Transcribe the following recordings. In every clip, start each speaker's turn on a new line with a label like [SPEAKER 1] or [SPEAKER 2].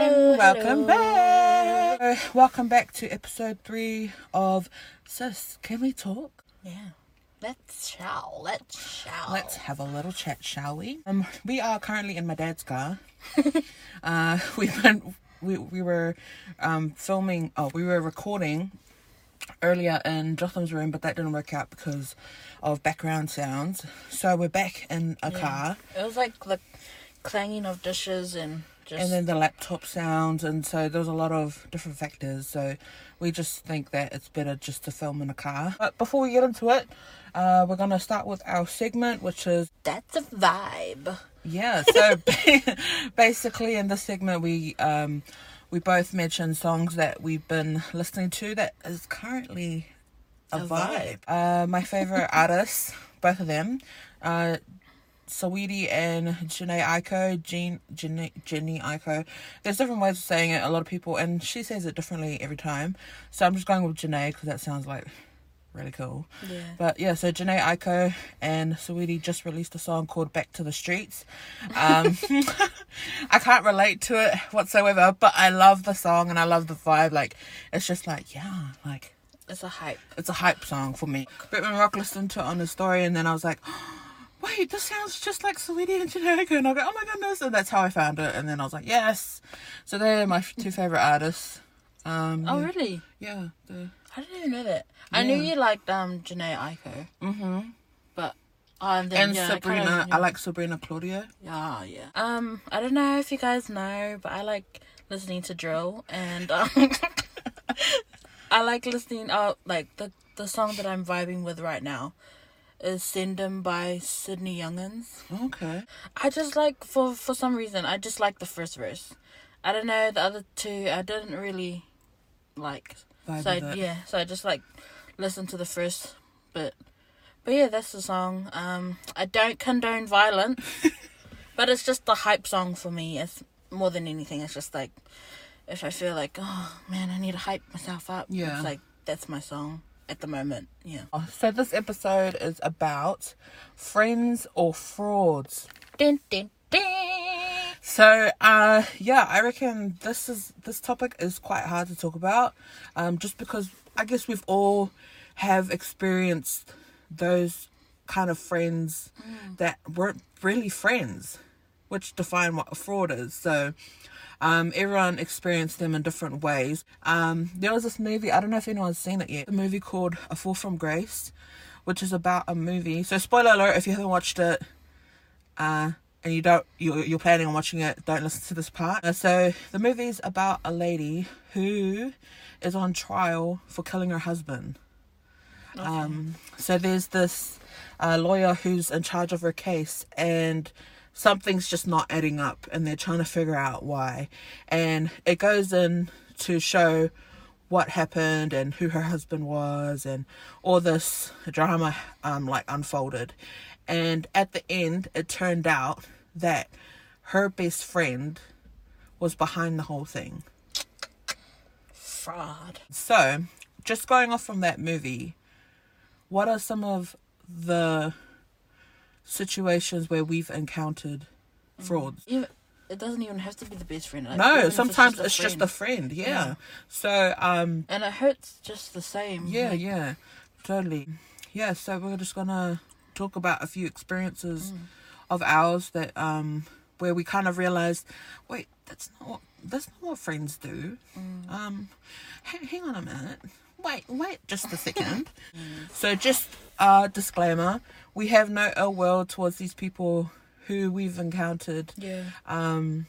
[SPEAKER 1] Welcome back. Uh, Welcome back to episode three of Sis. Can we talk?
[SPEAKER 2] Yeah. Let's shall. Let's shall.
[SPEAKER 1] Let's have a little chat, shall we? Um, we are currently in my dad's car. uh, we went. We we were, um, filming. Oh, we were recording earlier in Jotham's room, but that didn't work out because of background sounds. So we're back in a car.
[SPEAKER 2] It was like the clanging of dishes and just.
[SPEAKER 1] and then the laptop sounds and so there's a lot of different factors so we just think that it's better just to film in a car but before we get into it uh, we're going to start with our segment which is
[SPEAKER 2] that's a vibe.
[SPEAKER 1] yeah so basically in this segment we um, we both mention songs that we've been listening to that is currently a, vibe.
[SPEAKER 2] vibe.
[SPEAKER 1] Uh, my favorite artists, both of them, uh, Saweetie and Janae Aiko, Jean, Jenny, Jenny Aiko. There's different ways of saying it. A lot of people, and she says it differently every time. So I'm just going with Janae because that sounds like really cool.
[SPEAKER 2] Yeah.
[SPEAKER 1] But yeah, so Janae Aiko and Saweetie just released a song called "Back to the Streets." Um, I can't relate to it whatsoever, but I love the song and I love the vibe. Like, it's just like yeah, like
[SPEAKER 2] It's a hype.
[SPEAKER 1] it's a hype song for me. Britman Rock listened to it on his story, and then I was like, wait, this sounds just like Sweetie and Generico. And I go, oh my goodness. And that's how I found it. And then I was like, yes. So they're my f- two favorite artists. Um,
[SPEAKER 2] Oh, really?
[SPEAKER 1] yeah. they're-
[SPEAKER 2] I didn't even know that. I knew you liked um Janae Aiko. Mm hmm. But. Oh, and
[SPEAKER 1] Mm-hmm.
[SPEAKER 2] then,
[SPEAKER 1] And
[SPEAKER 2] yeah, I kinda
[SPEAKER 1] Sabrina,
[SPEAKER 2] knew-
[SPEAKER 1] I like Sabrina Claudio.
[SPEAKER 2] Yeah, yeah. Um, I don't know if you guys know, but I like listening to drill, and um, I like listening. Uh, like the the song that I'm vibing with right now is "Send 'Em" by Sydney Youngins.
[SPEAKER 1] Okay.
[SPEAKER 2] I just like for for some reason I just like the first verse. I don't know the other two. I didn't really like.
[SPEAKER 1] Vibe
[SPEAKER 2] so I,
[SPEAKER 1] with it.
[SPEAKER 2] yeah, so I just like listened to the first bit. But yeah, that's the song. Um, I don't condone violence, but it's just the hype song for me. It's more than anything. It's just like if I feel like oh man, I need to hype myself up.
[SPEAKER 1] Yeah.
[SPEAKER 2] it's like that's my song at the moment. Yeah.
[SPEAKER 1] Oh, So this episode is about friends or frauds.
[SPEAKER 2] Dun, dun, dun.
[SPEAKER 1] So uh yeah, I reckon this is this topic is quite hard to talk about. Um just because I guess we've all have experienced those kind of friends that weren't really friends, which define what a fraud is. So um everyone experienced them in different ways. Um there was this movie, I don't know if anyone's seen it yet, a movie called A Fall from Grace, which is about a movie. So spoiler alert if you haven't watched it, uh, and you don't you you're planning on watching it, don't listen to this part. Uh, so the movie's about a lady who is on trial for killing her husband. Um, so there's this uh, lawyer who's in charge of her case, and something's just not adding up, and they're trying to figure out why. And it goes in to show what happened and who her husband was, and all this drama um, like unfolded. And at the end, it turned out that her best friend was behind the whole thing.
[SPEAKER 2] Fraud.
[SPEAKER 1] So, just going off from that movie, what are some of the situations where we've encountered frauds?
[SPEAKER 2] Even, it doesn't even have to be the best friend. Like, even if
[SPEAKER 1] No,
[SPEAKER 2] it's
[SPEAKER 1] sometimes Mm. it's just a
[SPEAKER 2] friend.
[SPEAKER 1] friend, yeah. So, um,
[SPEAKER 2] and it hurts just the same.
[SPEAKER 1] yeah,
[SPEAKER 2] Like,
[SPEAKER 1] yeah, totally. Yeah, so we're just gonna talk about a few experiences of ours that, um, where we kind of realized, wait, that's not what, that's not what friends do. Um, h- hang on a minute. Wait, wait just a second. Mm. So just uh disclaimer, we have no ill will towards these people who we've encountered
[SPEAKER 2] yeah.
[SPEAKER 1] um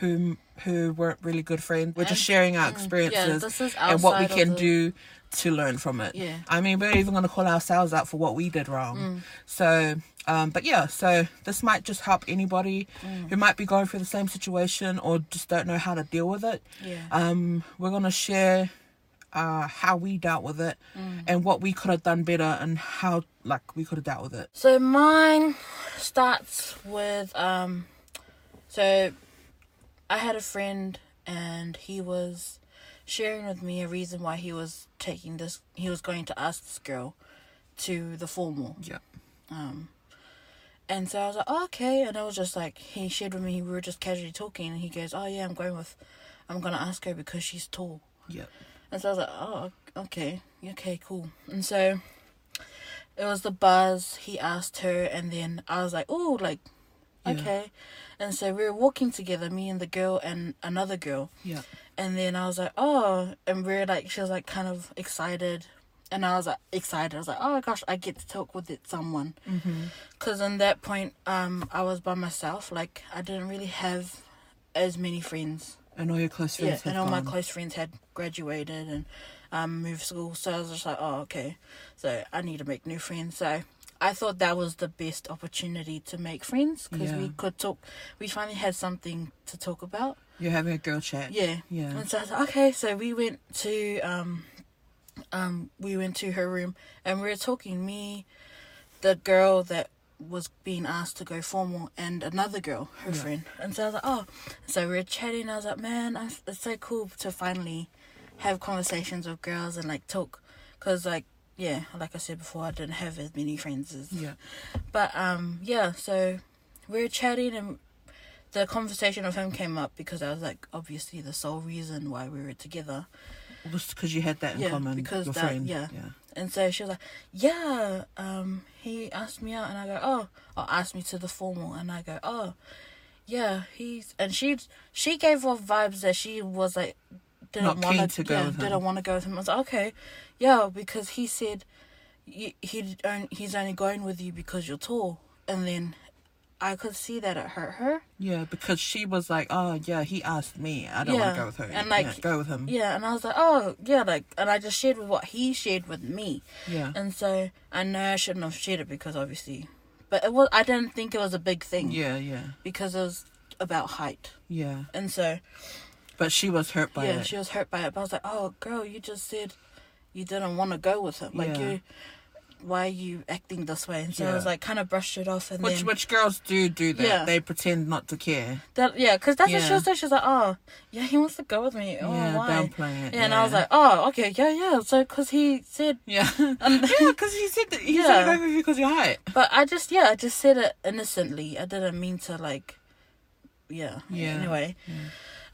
[SPEAKER 1] who who weren't really good friends. We're just
[SPEAKER 2] And-
[SPEAKER 1] sharing our
[SPEAKER 2] mm, yeah,
[SPEAKER 1] experiences
[SPEAKER 2] this is
[SPEAKER 1] and what we
[SPEAKER 2] outside of
[SPEAKER 1] can
[SPEAKER 2] the-
[SPEAKER 1] do to learn from it.
[SPEAKER 2] Yeah. Mm.
[SPEAKER 1] I mean, we're even going to call ourselves out for what we did wrong. So, um, but yeah, so this might just help anybody
[SPEAKER 2] Mm.
[SPEAKER 1] who might be going through the same situation or just don't know how to deal with it.
[SPEAKER 2] Yeah.
[SPEAKER 1] Um, we're going to share uh, how we dealt with it
[SPEAKER 2] Mm.
[SPEAKER 1] and what we could have done better and how like we could have dealt with it.
[SPEAKER 2] So mine starts with um so I had a friend and he was sharing with me a reason why he was taking this he was going to ask this girl to the formal.
[SPEAKER 1] Yeah.
[SPEAKER 2] And so I was like, oh, okay. And I was just like, he shared with me, we were just casually talking, and he goes, oh, yeah, I'm going with I'm gonna ask her because she's tall.
[SPEAKER 1] Yep.
[SPEAKER 2] And so I was like, oh, okay, okay, cool. And so it was the buzz. He asked her, and then I was like, oh, like,
[SPEAKER 1] Yeah.
[SPEAKER 2] okay. And so we were walking together, me and the girl and another girl.
[SPEAKER 1] Yep.
[SPEAKER 2] And then I was like, oh, and we are like, she was like kind of excited. And I was like, excited. I was like, oh my gosh, I get to talk with it, someone. Because in that point, um, I was by myself. Like, I didn't really have as many friends.
[SPEAKER 1] And all your close
[SPEAKER 2] Yeah,
[SPEAKER 1] friends have
[SPEAKER 2] and all my
[SPEAKER 1] gone.
[SPEAKER 2] close friends had graduated and um, moved school, so I was just like, oh, okay, so I need to make new friends. So I thought that was the best opportunity to make friends because we
[SPEAKER 1] Yeah.
[SPEAKER 2] could talk. We finally had something to talk about.
[SPEAKER 1] You're having a girl chat.
[SPEAKER 2] Yeah.
[SPEAKER 1] Yeah.
[SPEAKER 2] And so I was like, okay, so we went to um, um, we went to her room and we were talking. Me, the girl that was being asked to go formal, and another girl, her friend. And so I was like, oh, so we were chatting. I was like, man, I, it's so cool to finally have conversations with girls and like talk, cause like yeah, like I said before, I didn't have as many friends as
[SPEAKER 1] Yeah.
[SPEAKER 2] but um, yeah. So we were chatting, and the conversation of him came up because I was like, obviously, the sole reason why we were together.
[SPEAKER 1] because you had that in
[SPEAKER 2] Yeah,
[SPEAKER 1] common.
[SPEAKER 2] because
[SPEAKER 1] your
[SPEAKER 2] that-
[SPEAKER 1] friend.
[SPEAKER 2] yeah. And so she was like, yeah. Um, he asked me out, and I go, oh, or asked me to the formal, and I go, oh, yeah. He's and she she gave off vibes that she was like
[SPEAKER 1] Not
[SPEAKER 2] didn't
[SPEAKER 1] keen
[SPEAKER 2] want
[SPEAKER 1] to go
[SPEAKER 2] yeah,
[SPEAKER 1] with him.
[SPEAKER 2] didn't want to go with him. I was like, okay, yeah, because he said he he'd on- he's only going with you because you're tall, and then I could see that it hurt her.
[SPEAKER 1] Yeah, because she was like, "Oh, yeah, he asked me. I don't want
[SPEAKER 2] Yeah,
[SPEAKER 1] to go with her.
[SPEAKER 2] and,
[SPEAKER 1] Yeah,
[SPEAKER 2] like,
[SPEAKER 1] go with him."
[SPEAKER 2] Yeah, and I was like, oh, yeah, like, and I just shared with what he shared with me.
[SPEAKER 1] Yeah.
[SPEAKER 2] And so I know I shouldn't have shared it because obviously, but it was, I didn't think it was a big thing
[SPEAKER 1] yeah, yeah,
[SPEAKER 2] because it was about height.
[SPEAKER 1] yeah.
[SPEAKER 2] And so,
[SPEAKER 1] But she was hurt by
[SPEAKER 2] yeah,
[SPEAKER 1] it.
[SPEAKER 2] she was hurt by it, but I was like, oh, girl, you just said you didn't want to go with him. Like,
[SPEAKER 1] Yeah.
[SPEAKER 2] you, why are you acting this way? And so I was
[SPEAKER 1] Yeah.
[SPEAKER 2] like, kind of brushed it off. And
[SPEAKER 1] which
[SPEAKER 2] then,
[SPEAKER 1] which girls do do that?
[SPEAKER 2] Yeah.
[SPEAKER 1] They pretend not to care.
[SPEAKER 2] that, yeah, because that's what she
[SPEAKER 1] Yeah.
[SPEAKER 2] was saying. She was like, oh, yeah, he wants to go with me. Oh,
[SPEAKER 1] yeah,
[SPEAKER 2] why?
[SPEAKER 1] downplaying it.
[SPEAKER 2] Yeah, and I was like, oh, okay, yeah, yeah. So, because he said
[SPEAKER 1] yeah, yeah, because he said that he said
[SPEAKER 2] Yeah.
[SPEAKER 1] go with you because you're height.
[SPEAKER 2] But I just yeah, I just said it innocently. I didn't mean to like yeah.
[SPEAKER 1] Yeah.
[SPEAKER 2] Anyway.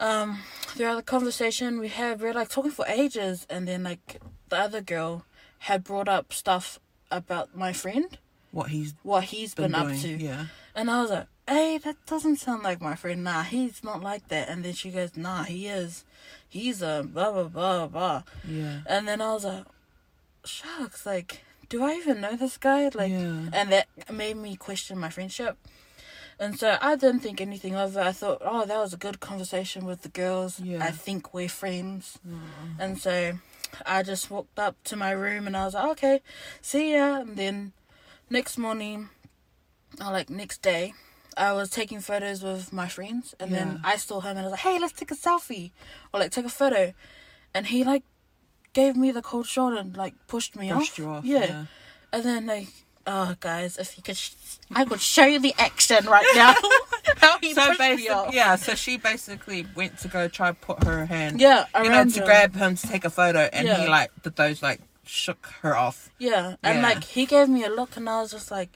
[SPEAKER 2] Um, throughout the conversation we had we were like talking for ages and then like the other girl had brought up stuff about my friend,
[SPEAKER 1] What he's
[SPEAKER 2] what he's
[SPEAKER 1] been,
[SPEAKER 2] been, up
[SPEAKER 1] doing.
[SPEAKER 2] to.
[SPEAKER 1] Yeah,
[SPEAKER 2] And I was like, Hey, that doesn't sound like my friend. Nah, he's not like that and then she goes, Nah, he is. He's a blah blah blah blah
[SPEAKER 1] yeah,
[SPEAKER 2] and then I was like, shucks, like, do I even know this guy? Like,
[SPEAKER 1] Yeah.
[SPEAKER 2] and that made me question my friendship. And so I didn't think anything of it. I thought, oh, that was a good conversation with the girls.
[SPEAKER 1] Yeah. Mm.
[SPEAKER 2] I think we're friends. And so I just walked up to my room and I was like, okay, see ya. And then next morning, or uh, like next day, I was taking photos with my friends. And then
[SPEAKER 1] Yeah.
[SPEAKER 2] I saw him and I was like, hey, let's take a selfie or like take a photo. And he like gave me the cold shoulder and like pushed me
[SPEAKER 1] brushed
[SPEAKER 2] off.
[SPEAKER 1] you off.
[SPEAKER 2] Yeah. And then like, oh guys, if you could, sh- I could show you the action right now. How he
[SPEAKER 1] So
[SPEAKER 2] pushed me
[SPEAKER 1] basically,
[SPEAKER 2] off.
[SPEAKER 1] yeah. So she basically went to go try put her hand,
[SPEAKER 2] Yeah,
[SPEAKER 1] you know,
[SPEAKER 2] around
[SPEAKER 1] to
[SPEAKER 2] him.
[SPEAKER 1] grab him to take a photo, and
[SPEAKER 2] Yeah.
[SPEAKER 1] he like did those like shook her off.
[SPEAKER 2] Yeah, and
[SPEAKER 1] Yeah.
[SPEAKER 2] like he gave me a look, and I was just like,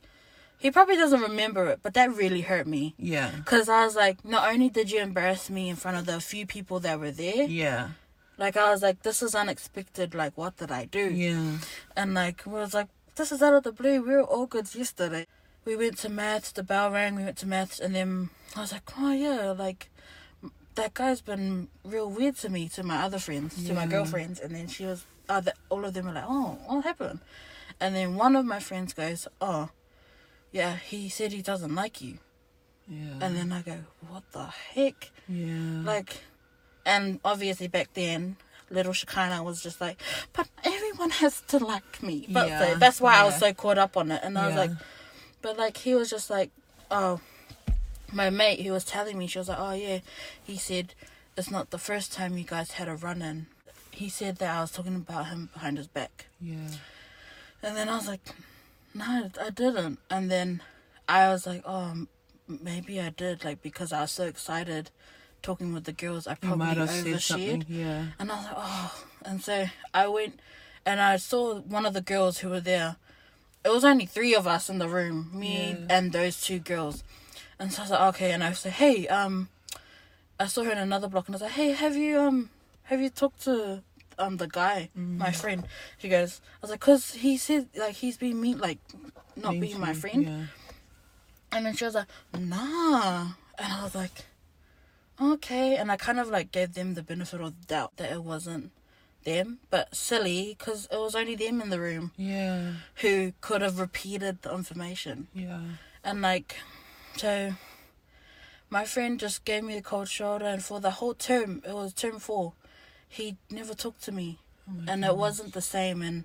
[SPEAKER 2] he probably doesn't remember it, but that really hurt me.
[SPEAKER 1] Yeah,
[SPEAKER 2] Cause I was like, not only did you embarrass me in front of the few people that were there,
[SPEAKER 1] yeah,
[SPEAKER 2] like I was like, this is unexpected. Like, what did I do?
[SPEAKER 1] yeah.
[SPEAKER 2] And like, we was like, this is out of the blue. We were all good yesterday. We went to maths. The bell rang. We went to maths, and then I was like, oh yeah, like that guy's been real weird to me, to my other friends, to my
[SPEAKER 1] Yeah.
[SPEAKER 2] girlfriends. And then she was, uh, the, all of them were like, oh, what happened? And then one of my friends goes, oh, yeah, he said he doesn't like you.
[SPEAKER 1] Yeah.
[SPEAKER 2] And then I go, what the heck?
[SPEAKER 1] yeah.
[SPEAKER 2] Like, and obviously back then, little Shekinah was just like, but everyone has to like me. But so
[SPEAKER 1] Yeah,
[SPEAKER 2] that's why I was
[SPEAKER 1] yeah.
[SPEAKER 2] so caught up on it. And I was
[SPEAKER 1] Yeah.
[SPEAKER 2] like, but like, he was just like, oh, my mate who was telling me, she was like, oh yeah, he said, it's not the first time you guys had a run in. He said that I was talking about him behind his back.
[SPEAKER 1] yeah.
[SPEAKER 2] And then I was like, no, I didn't. And then I was like, oh, m- maybe I did, like, because I was so excited talking with the girls, I
[SPEAKER 1] You
[SPEAKER 2] probably
[SPEAKER 1] might have said
[SPEAKER 2] overshared.
[SPEAKER 1] something. Yeah.
[SPEAKER 2] And I was like, oh. And so I went and I saw one of the girls who were there. It was only three of us in the room, me
[SPEAKER 1] Yeah.
[SPEAKER 2] and those two girls. And so I was like, okay. And I said, hey, um, I saw her in another block and I was like, Hey, have you um have you talked to um the guy,
[SPEAKER 1] Mm-hmm.
[SPEAKER 2] my friend? She goes, I was like, Cause he said like he's been mean like not being my friend.
[SPEAKER 1] Yeah.
[SPEAKER 2] And then she was like, nah. And I was like, okay. And I kind of like gave them the benefit of the doubt that it wasn't them, but silly, because it was only them in the room
[SPEAKER 1] Yeah.
[SPEAKER 2] who could have repeated the information.
[SPEAKER 1] Yeah.
[SPEAKER 2] And like, so my friend just gave me the cold shoulder, and for the whole term, it was term four, he never talked to me.
[SPEAKER 1] Oh
[SPEAKER 2] and it wasn't the same. And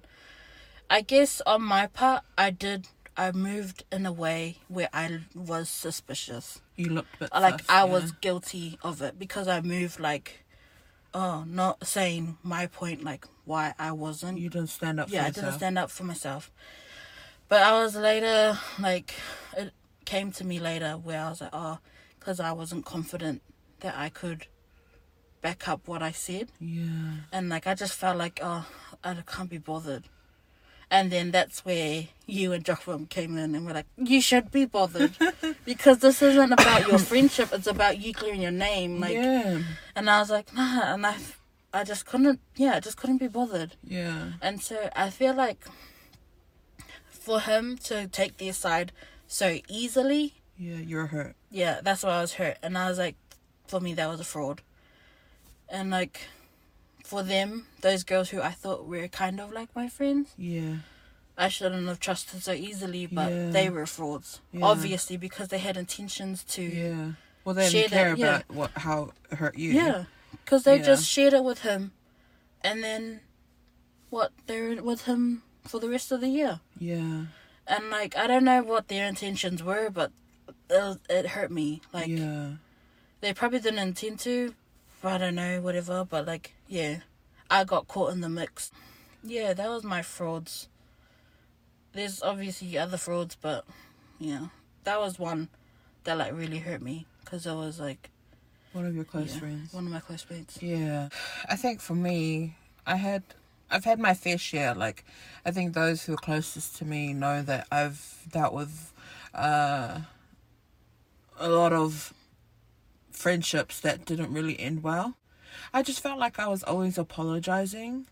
[SPEAKER 2] I guess on my part, I did, I moved in a way where I was suspicious.
[SPEAKER 1] You looked a bit
[SPEAKER 2] Like,
[SPEAKER 1] sus,
[SPEAKER 2] I
[SPEAKER 1] yeah.
[SPEAKER 2] was guilty of it because I moved, like, oh, not saying my point, like, why I wasn't
[SPEAKER 1] You didn't stand up.
[SPEAKER 2] yeah,
[SPEAKER 1] for
[SPEAKER 2] I didn't
[SPEAKER 1] yourself.
[SPEAKER 2] stand up for myself. But I was later, like, it came to me later where I was like, oh, because I wasn't confident that I could back up what I said.
[SPEAKER 1] Yeah.
[SPEAKER 2] And, like, I just felt like, oh, I can't be bothered. And then that's where you and Jochum came in and were like, you should be bothered. because this isn't about your friendship, it's about you clearing your name. Like,
[SPEAKER 1] yeah.
[SPEAKER 2] and I was like, nah. And I, I just couldn't, yeah, I just couldn't be bothered.
[SPEAKER 1] Yeah.
[SPEAKER 2] And so I feel like for him to take their side so easily,
[SPEAKER 1] Yeah. You're hurt.
[SPEAKER 2] yeah, that's why I was hurt. And I was like, for me, that was a fraud. And like, for them, those girls who I thought were kind of like my friends,
[SPEAKER 1] Yeah.
[SPEAKER 2] I shouldn't have trusted so easily, but
[SPEAKER 1] Yeah.
[SPEAKER 2] they were frauds.
[SPEAKER 1] Yeah.
[SPEAKER 2] Obviously, because they had intentions to.
[SPEAKER 1] Yeah. Well, they
[SPEAKER 2] Share
[SPEAKER 1] didn't care
[SPEAKER 2] that, yeah.
[SPEAKER 1] about what how it hurt you.
[SPEAKER 2] Yeah, because they
[SPEAKER 1] Yeah.
[SPEAKER 2] just shared it with him, and then, what they were with him for the rest of the year.
[SPEAKER 1] Yeah.
[SPEAKER 2] and like I don't know what their intentions were, but it, it hurt me. Like
[SPEAKER 1] yeah.
[SPEAKER 2] they probably didn't intend to. I don't know, whatever. But like, yeah, I got caught in the mix. Yeah, that was my frauds. There's obviously other frauds, but yeah, that was one that like really hurt me because it was like
[SPEAKER 1] One of your close
[SPEAKER 2] yeah,
[SPEAKER 1] friends.
[SPEAKER 2] one of my close mates.
[SPEAKER 1] Yeah. I think for me, I had I've had my fair share. Like I think those who are closest to me know that I've dealt with uh a lot of friendships that didn't really end well. I just felt like I was always apologizing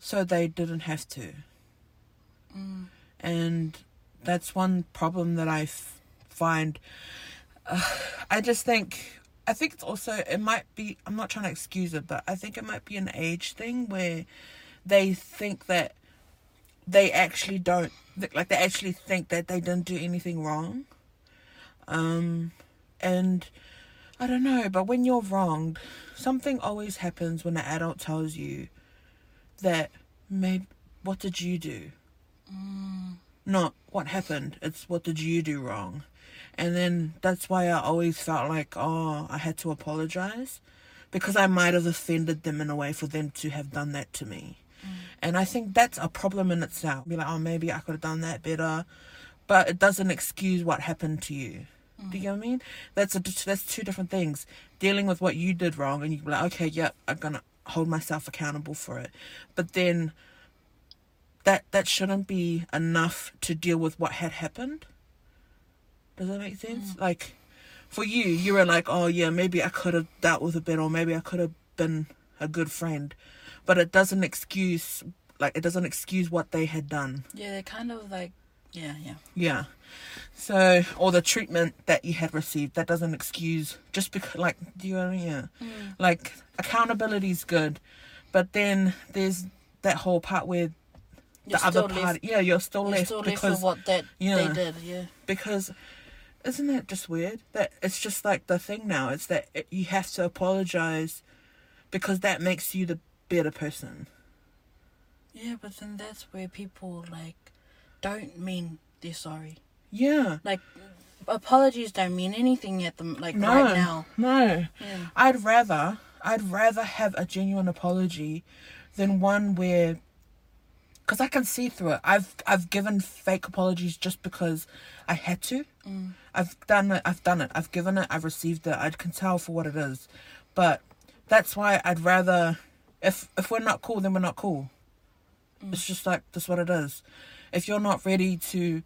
[SPEAKER 1] so they didn't have to. And that's one problem that I f- find I just think I think it's also it might be I'm not trying to excuse it, but I think it might be an age thing where they think that they actually don't like they actually think that they didn't do anything wrong. Um and I don't know, but when you're wronged, something always happens when an adult tells you that maybe what did you do? not what happened, it's what did you do wrong. And then that's why I always felt like, oh, I had to apologize because I might have offended them in a way for them to have done that to me. And I think that's a problem in itself. Be like, oh, maybe I could have done that better, but it doesn't excuse what happened to you. Do you know what I mean? That's a that's two different things. Dealing with what you did wrong, and you be like, okay, yep, I'm gonna hold myself accountable for it. But then that that shouldn't be enough to deal with what had happened. Does that make sense?
[SPEAKER 2] Mm.
[SPEAKER 1] Like, for you, you were like, oh yeah, maybe I could have dealt with it better, or maybe I could have been a good friend, but it doesn't excuse like it doesn't excuse what they had done.
[SPEAKER 2] Yeah, they kind of like yeah, yeah,
[SPEAKER 1] Yeah. So, or the treatment that you had received, that doesn't excuse just because, like, do you know what I mean? Yeah.
[SPEAKER 2] Mm.
[SPEAKER 1] Like, accountability's good, but then there's that whole part where
[SPEAKER 2] You're
[SPEAKER 1] the other
[SPEAKER 2] still
[SPEAKER 1] party,
[SPEAKER 2] left-
[SPEAKER 1] yeah, you're still
[SPEAKER 2] You're
[SPEAKER 1] left
[SPEAKER 2] still left
[SPEAKER 1] because
[SPEAKER 2] with what that they
[SPEAKER 1] yeah.
[SPEAKER 2] did. Yeah,
[SPEAKER 1] because isn't that just weird that it's just like the thing now it's that it, you have to apologize because that makes you the better person
[SPEAKER 2] yeah, but then that's where people like don't mean they're sorry.
[SPEAKER 1] yeah
[SPEAKER 2] like apologies don't mean anything at the like
[SPEAKER 1] no
[SPEAKER 2] right now.
[SPEAKER 1] no
[SPEAKER 2] Yeah.
[SPEAKER 1] i'd rather i'd rather have a genuine apology than one where because i can see through it i've i've given fake apologies just because i had to
[SPEAKER 2] Mm.
[SPEAKER 1] i've done it i've done it i've given it i've received it i can tell for what it is but that's why i'd rather if if we're not cool then we're not cool
[SPEAKER 2] Mm.
[SPEAKER 1] it's just like that's what it is if you're not ready to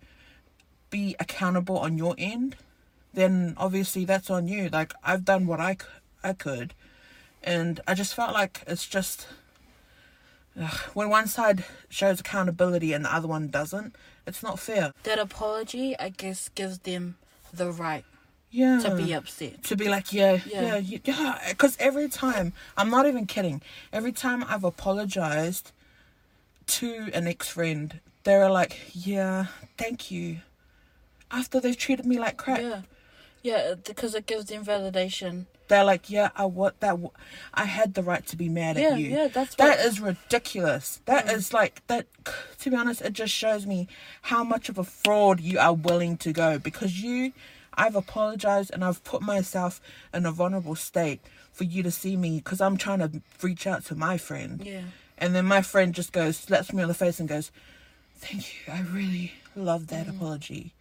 [SPEAKER 1] be accountable on your end then obviously that's on you. Like I've done what I c- I could, and I just felt like it's just ugh, when one side shows accountability and the other one doesn't, it's not fair.
[SPEAKER 2] That apology, I guess, gives them the right
[SPEAKER 1] Yeah.
[SPEAKER 2] to be upset.
[SPEAKER 1] to be like, yeah, yeah,
[SPEAKER 2] Yeah.
[SPEAKER 1] you- yeah, because every time, I'm not even kidding, every time I've apologized to an ex friend, they're like, yeah, thank you. After they've treated me like crap,
[SPEAKER 2] Yeah, yeah, uh, because it gives them validation.
[SPEAKER 1] they're like, yeah, I what that, wa- I had the right to be mad
[SPEAKER 2] Yeah,
[SPEAKER 1] at you.
[SPEAKER 2] yeah, that's
[SPEAKER 1] That
[SPEAKER 2] what-
[SPEAKER 1] is ridiculous. That is like that. To be honest, it just shows me how much of a fraud you are willing to go because you. I've apologized and I've put myself in a vulnerable state for you to see me because I'm trying to reach out to my friend.
[SPEAKER 2] Yeah.
[SPEAKER 1] And then my friend just goes, slaps me on the face and goes, Thank you. I really love that
[SPEAKER 2] Mm.
[SPEAKER 1] apology.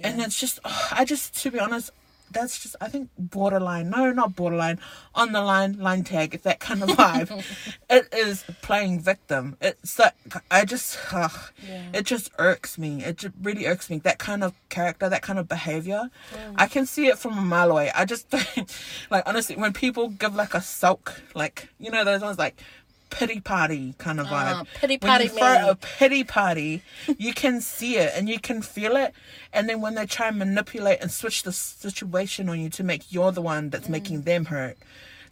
[SPEAKER 1] And it's just, oh, I just, to be honest, that's just, I think, borderline. No, not borderline. On the line, line tag. It's that kind of vibe. it is playing victim. It's like, I just, ugh,
[SPEAKER 2] Yeah.
[SPEAKER 1] it just irks me. It ju- really irks me. That kind of character, that kind of behavior. I can see it from a mile away. I just, don't- like, honestly, when people give like a sulk, like, you know, those ones like, pity party kind of vibe.
[SPEAKER 2] Ah, pity
[SPEAKER 1] When you
[SPEAKER 2] party
[SPEAKER 1] throw
[SPEAKER 2] me.
[SPEAKER 1] a pity party, you can see it and you can feel it. And then when they try and manipulate and switch the situation on you to make you're the one that's making them hurt,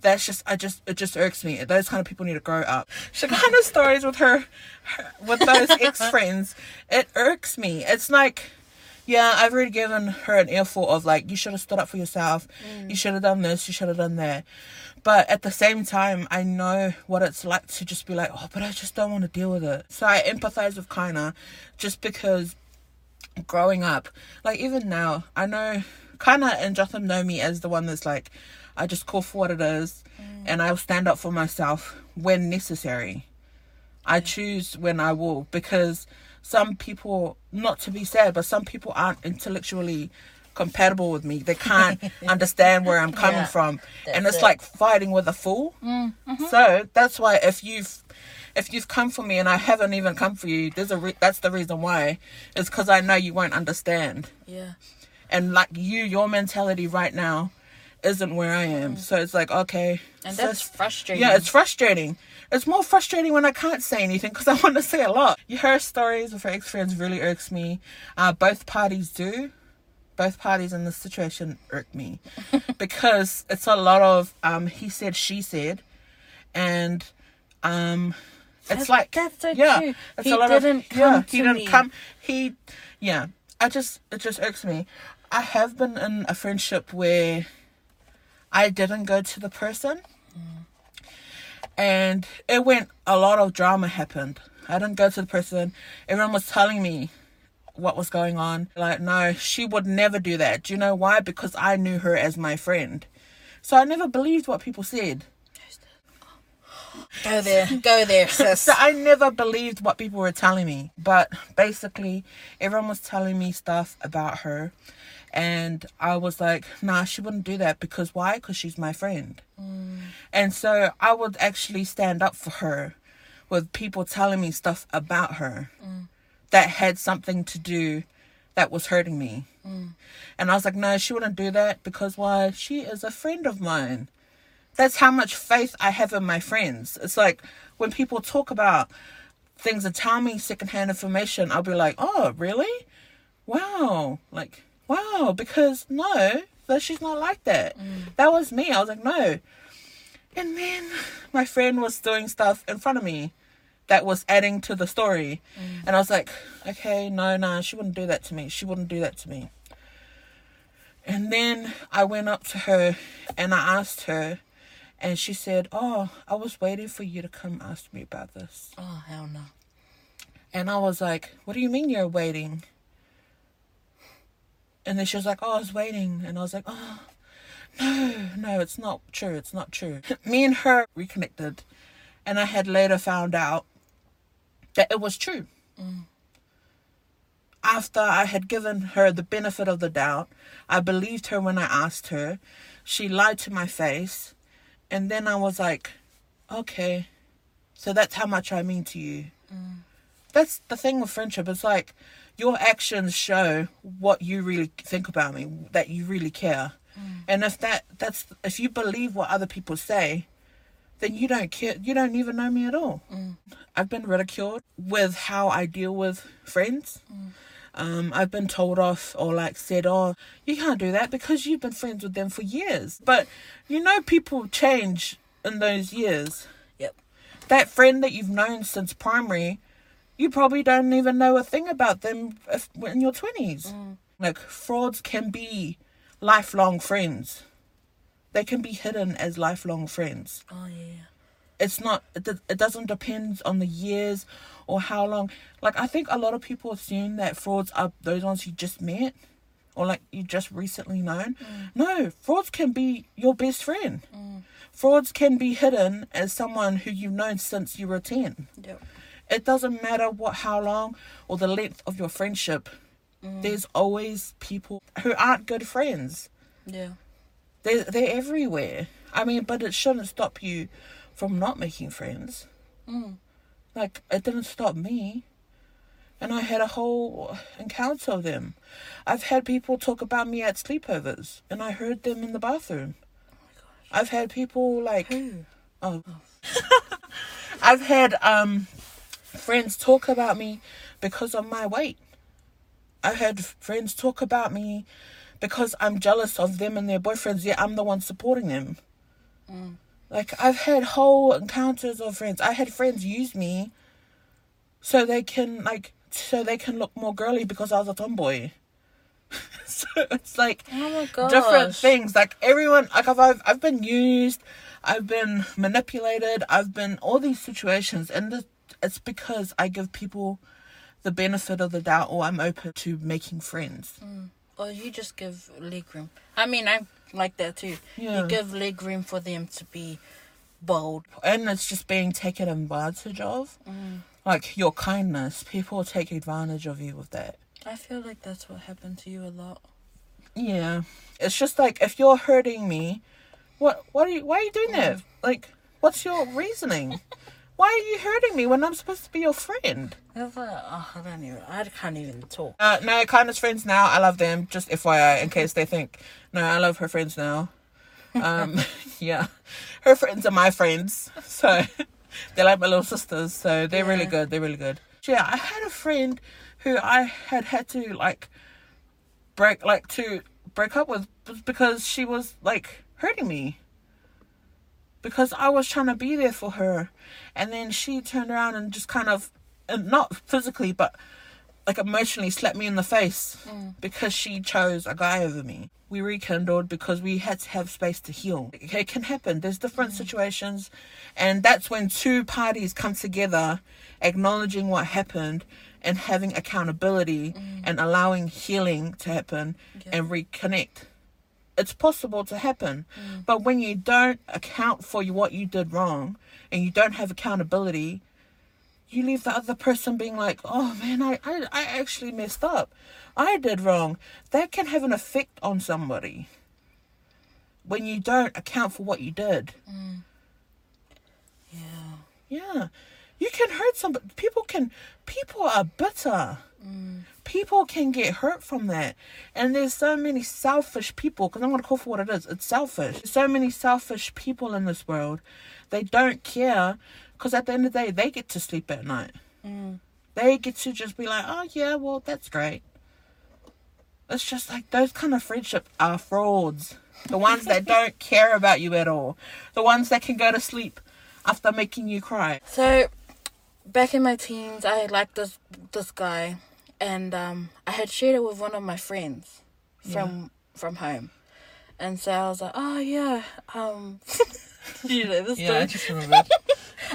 [SPEAKER 1] that's just I just it just irks me. Those kind of people need to grow up. She kind of stories with her, her with those ex friends, it irks me. It's like. Yeah, I've already given her an earful of like, you should have stood up for yourself. You should have done this. You should have done that. But at the same time, I know what it's like to just be like, oh, but I just don't want to deal with it. So I empathize with Kaina just because growing up, like even now, I know Kaina and Jotham know me as the one that's like, I just call for what it is and I'll stand up for myself when necessary. I choose when I will because some people, not to be sad, but some people aren't intellectually compatible with me. They can't understand where I'm coming
[SPEAKER 2] Yeah,
[SPEAKER 1] from, and it's
[SPEAKER 2] that's it. Mm, mm-hmm.
[SPEAKER 1] like fighting with a fool. So that's why if you've if you've come for me and I haven't even come for you, there's a re- that's the reason why. It's because I know you won't understand
[SPEAKER 2] Yeah,
[SPEAKER 1] and like you your mentality right now isn't where i am so it's like okay
[SPEAKER 2] Mm. and
[SPEAKER 1] so
[SPEAKER 2] that's
[SPEAKER 1] it's-
[SPEAKER 2] frustrating.
[SPEAKER 1] yeah it's frustrating it's more frustrating when i can't say anything because i want to say a lot her stories with her ex-friends really irks me uh, both parties do both parties in this situation irk me because it's a lot of um, he said she said and um it's
[SPEAKER 2] That's-
[SPEAKER 1] like
[SPEAKER 2] that's so
[SPEAKER 1] yeah
[SPEAKER 2] true.
[SPEAKER 1] it's
[SPEAKER 2] He
[SPEAKER 1] a lot
[SPEAKER 2] didn't
[SPEAKER 1] of yeah
[SPEAKER 2] come
[SPEAKER 1] he
[SPEAKER 2] to
[SPEAKER 1] didn't
[SPEAKER 2] me.
[SPEAKER 1] come he yeah i just it just irks me i have been in a friendship where i didn't go to the person
[SPEAKER 2] Mm.
[SPEAKER 1] and it went a lot of drama happened i didn't go to the person everyone was telling me what was going on like no she would never do that do you know why because i knew her as my friend so i never believed what people said
[SPEAKER 2] Go there, go there, sis.
[SPEAKER 1] So I never believed what people were telling me. But basically, everyone was telling me stuff about her. And I was like, nah, she wouldn't do that because why? Because she's my friend. And so I would actually stand up for her with people telling me stuff about her that had something to do that was hurting me. And I was like, no, she wouldn't do that because why? She is a friend of mine that's how much faith I have in my friends. It's like when people talk about things and tell me secondhand information, I'll be like, oh, really? Wow. Like, wow. Because no, that she's not like that. That was me. I was like, no. And then my friend was doing stuff in front of me that was adding to the story. And I was like, okay, no, no, she wouldn't do that to me. She wouldn't do that to me. And then I went up to her and I asked her, and she said, Oh, I was waiting for you to come ask me about this.
[SPEAKER 2] Oh hell no.
[SPEAKER 1] And I was like, What do you mean you're waiting? And then she was like, Oh, I was waiting. And I was like, Oh, no, no, it's not true. It's not true. Me and her reconnected. And I had later found out that it was true. After I had given her the benefit of the doubt, I believed her when I asked her. She lied to my face. And then I was like, Okay, so that's how much I mean to you that's the thing with friendship. It's like your actions show what you really think about me, that you really care. And if that that's if you believe what other people say, then you don't care. You don't even know me at all. I've been ridiculed with how I deal with friends. Um, I've been told off or like said, oh, you can't do that because you've been friends with them for years. But you know, people change in those years.
[SPEAKER 2] Yep.
[SPEAKER 1] That friend that you've known since primary, you probably don't even know a thing about them if, in your 20s. Like, frauds can be lifelong friends, they can be hidden as lifelong friends
[SPEAKER 2] Oh yeah.
[SPEAKER 1] it's not it, do- it doesn't depend on the years or how long like i think a lot of people assume that frauds are those ones you just met or like you just recently known no frauds can be your best friend frauds can be hidden as someone who you've known since you were 10
[SPEAKER 2] Yep.
[SPEAKER 1] it doesn't matter what how long or the length of your friendship there's always people who aren't good friends
[SPEAKER 2] Yeah.
[SPEAKER 1] they're, they're everywhere. I mean, but it shouldn't stop you from not making friends. Mm. Like, it didn't stop me. And I had a whole encounter of them. I've had people talk about me at sleepovers, and I heard them in the bathroom. I've had people like. Oh. I've had um, friends talk about me because of my weight. I've had friends talk about me because I'm jealous of them and their boyfriends, yet I'm the one supporting them. Like, I've had whole encounters of friends. I had friends use me so they can, like, so they can look more girly because I was a tomboy. so it's like
[SPEAKER 2] Oh my gosh.
[SPEAKER 1] different things. Like everyone, like I've, I've I've been used, I've been manipulated, I've been all these situations, and this, it's because I give people the benefit of the doubt, or I'm open to making friends.
[SPEAKER 2] Or Oh, you just give leg room. I mean, I like that too.
[SPEAKER 1] Yeah.
[SPEAKER 2] You give leg room for them to be bold.
[SPEAKER 1] and it's just being taken advantage of. Like your kindness, people take advantage of you with that.
[SPEAKER 2] I feel like that's what happened to you a lot.
[SPEAKER 1] Yeah, it's just like if you're hurting me, what? What are you? Why are you doing that? Like, what's your reasoning? why are you hurting me when I'm supposed to be your friend?
[SPEAKER 2] I was like, oh, I don't even. I can't even talk.
[SPEAKER 1] Uh, no, kindness friends now. I love them. Just FYI, in case they think, no, I love her friends now. Um, yeah, her friends are my friends, so they're like my little sisters. So they're really
[SPEAKER 2] Yeah.
[SPEAKER 1] good. They're really good. Yeah, I had a friend who I had had to like break, like to break up with, was because she was like hurting me. Because I was trying to be there for her, and then she turned around and just kind of, and not physically, but like emotionally slapped me in the face because she chose a guy over me. We rekindled because we had to have space to heal. It it can happen. There's different situations, and that's when two parties come together, acknowledging what happened and having accountability and allowing healing to happen and reconnect. It's possible to happen, but when you don't account for what you did wrong and you don't have accountability, you leave the other person being like, oh man, I, I, I actually messed up. I did wrong. That can have an effect on somebody when you don't account for what you did.
[SPEAKER 2] Yeah.
[SPEAKER 1] Yeah. You can hurt somebody. People can, people are bitter. People can get hurt from that. And there's so many selfish people, because I'm going to call for what it is. It's selfish. There's so many selfish people in this world. They don't care, because at the end of the day, they get to sleep at night. They get to just be like, oh, yeah, well, that's great. It's just like those kind of friendship are frauds. The ones that don't care about you at all. The ones that can go to sleep after making you cry.
[SPEAKER 2] So, back in my teens, I liked this this guy, and um, I had shared it with one of my friends from from home, and so I was like, oh yeah, um, you know this
[SPEAKER 1] Yeah, I
[SPEAKER 2] story.
[SPEAKER 1] just remembered.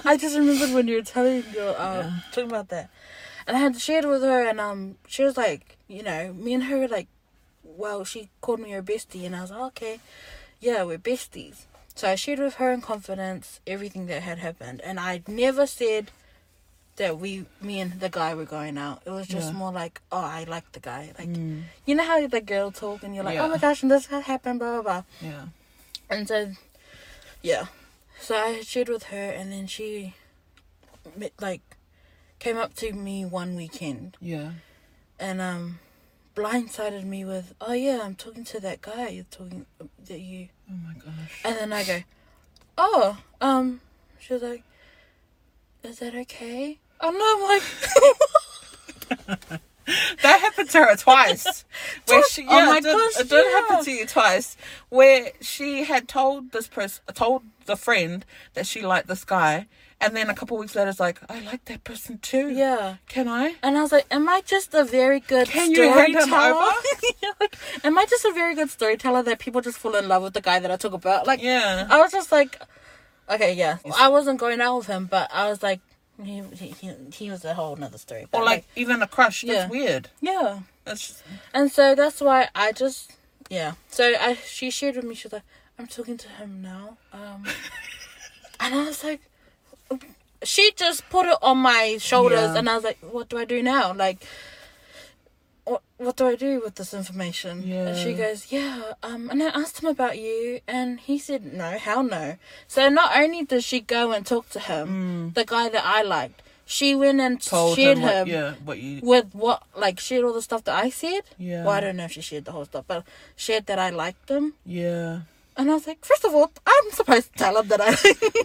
[SPEAKER 2] I just remembered when you were telling your um talking about that, and I had shared with her, and um, she was like, you know, me and her were like, well, she called me her bestie, and I was like, "Oh, okay, yeah, we're besties. So I shared with her in confidence everything that had happened, and I never said that we, me and the guy were going out. It was just
[SPEAKER 1] Yeah. Mm.
[SPEAKER 2] more like, oh, I like the guy, like, you know how the girl talk, and you're like,
[SPEAKER 1] Yeah.
[SPEAKER 2] oh my gosh, and this happened, blah blah blah.
[SPEAKER 1] yeah.
[SPEAKER 2] And so, yeah. So I shared with her, and then she, mi- like, came up to me one weekend
[SPEAKER 1] Yeah.
[SPEAKER 2] and um blindsided me with, "Oh yeah, I'm talking to that guy you're talking that you."
[SPEAKER 1] Oh my gosh.
[SPEAKER 2] And then I go, "Oh, um," she was like, "Is that okay?" And I'm like,
[SPEAKER 1] That happened to her twice. Where she, yeah,
[SPEAKER 2] Oh my
[SPEAKER 1] it did,
[SPEAKER 2] gosh,
[SPEAKER 1] it did
[SPEAKER 2] yeah.
[SPEAKER 1] happen to you twice. Where she had told this person, told the friend that she liked this guy, and then a couple weeks later, it's like, I like that person too.
[SPEAKER 2] "Yeah."
[SPEAKER 1] Can I?
[SPEAKER 2] And I was like, "Am I just a very good
[SPEAKER 1] Can you
[SPEAKER 2] storyteller?
[SPEAKER 1] hand him over?
[SPEAKER 2] Yeah, like, am I just a very good storyteller that people just fall in love with the guy that I talk about?" Like,
[SPEAKER 1] Yeah.
[SPEAKER 2] I was just like, "Okay, yeah." I wasn't going out with him, but I was like, "He he he, he was a whole another story." But
[SPEAKER 1] Or like even a crush. That's
[SPEAKER 2] Yeah.
[SPEAKER 1] weird.
[SPEAKER 2] yeah.
[SPEAKER 1] That's just,
[SPEAKER 2] And so that's why I just yeah. So I she shared with me she was like, I'm talking to him now. Um and I was like she just put it on my shoulders
[SPEAKER 1] Yeah.
[SPEAKER 2] and I was like, What do I do now? Like what what do I do with this information? And she
[SPEAKER 1] Yeah.
[SPEAKER 2] goes, Yeah, um and I asked him about you and he said no, hell no. So not only did she go and talk to him, the guy that I liked, she went and
[SPEAKER 1] Mm. told
[SPEAKER 2] shared
[SPEAKER 1] him,
[SPEAKER 2] him
[SPEAKER 1] What, yeah, what you.
[SPEAKER 2] with what like shared all the stuff that I said.
[SPEAKER 1] Yeah.
[SPEAKER 2] Well, I don't know if she shared the whole stuff, but shared that I liked them.
[SPEAKER 1] Yeah.
[SPEAKER 2] And I was like, first of all, I'm supposed to tell him that I.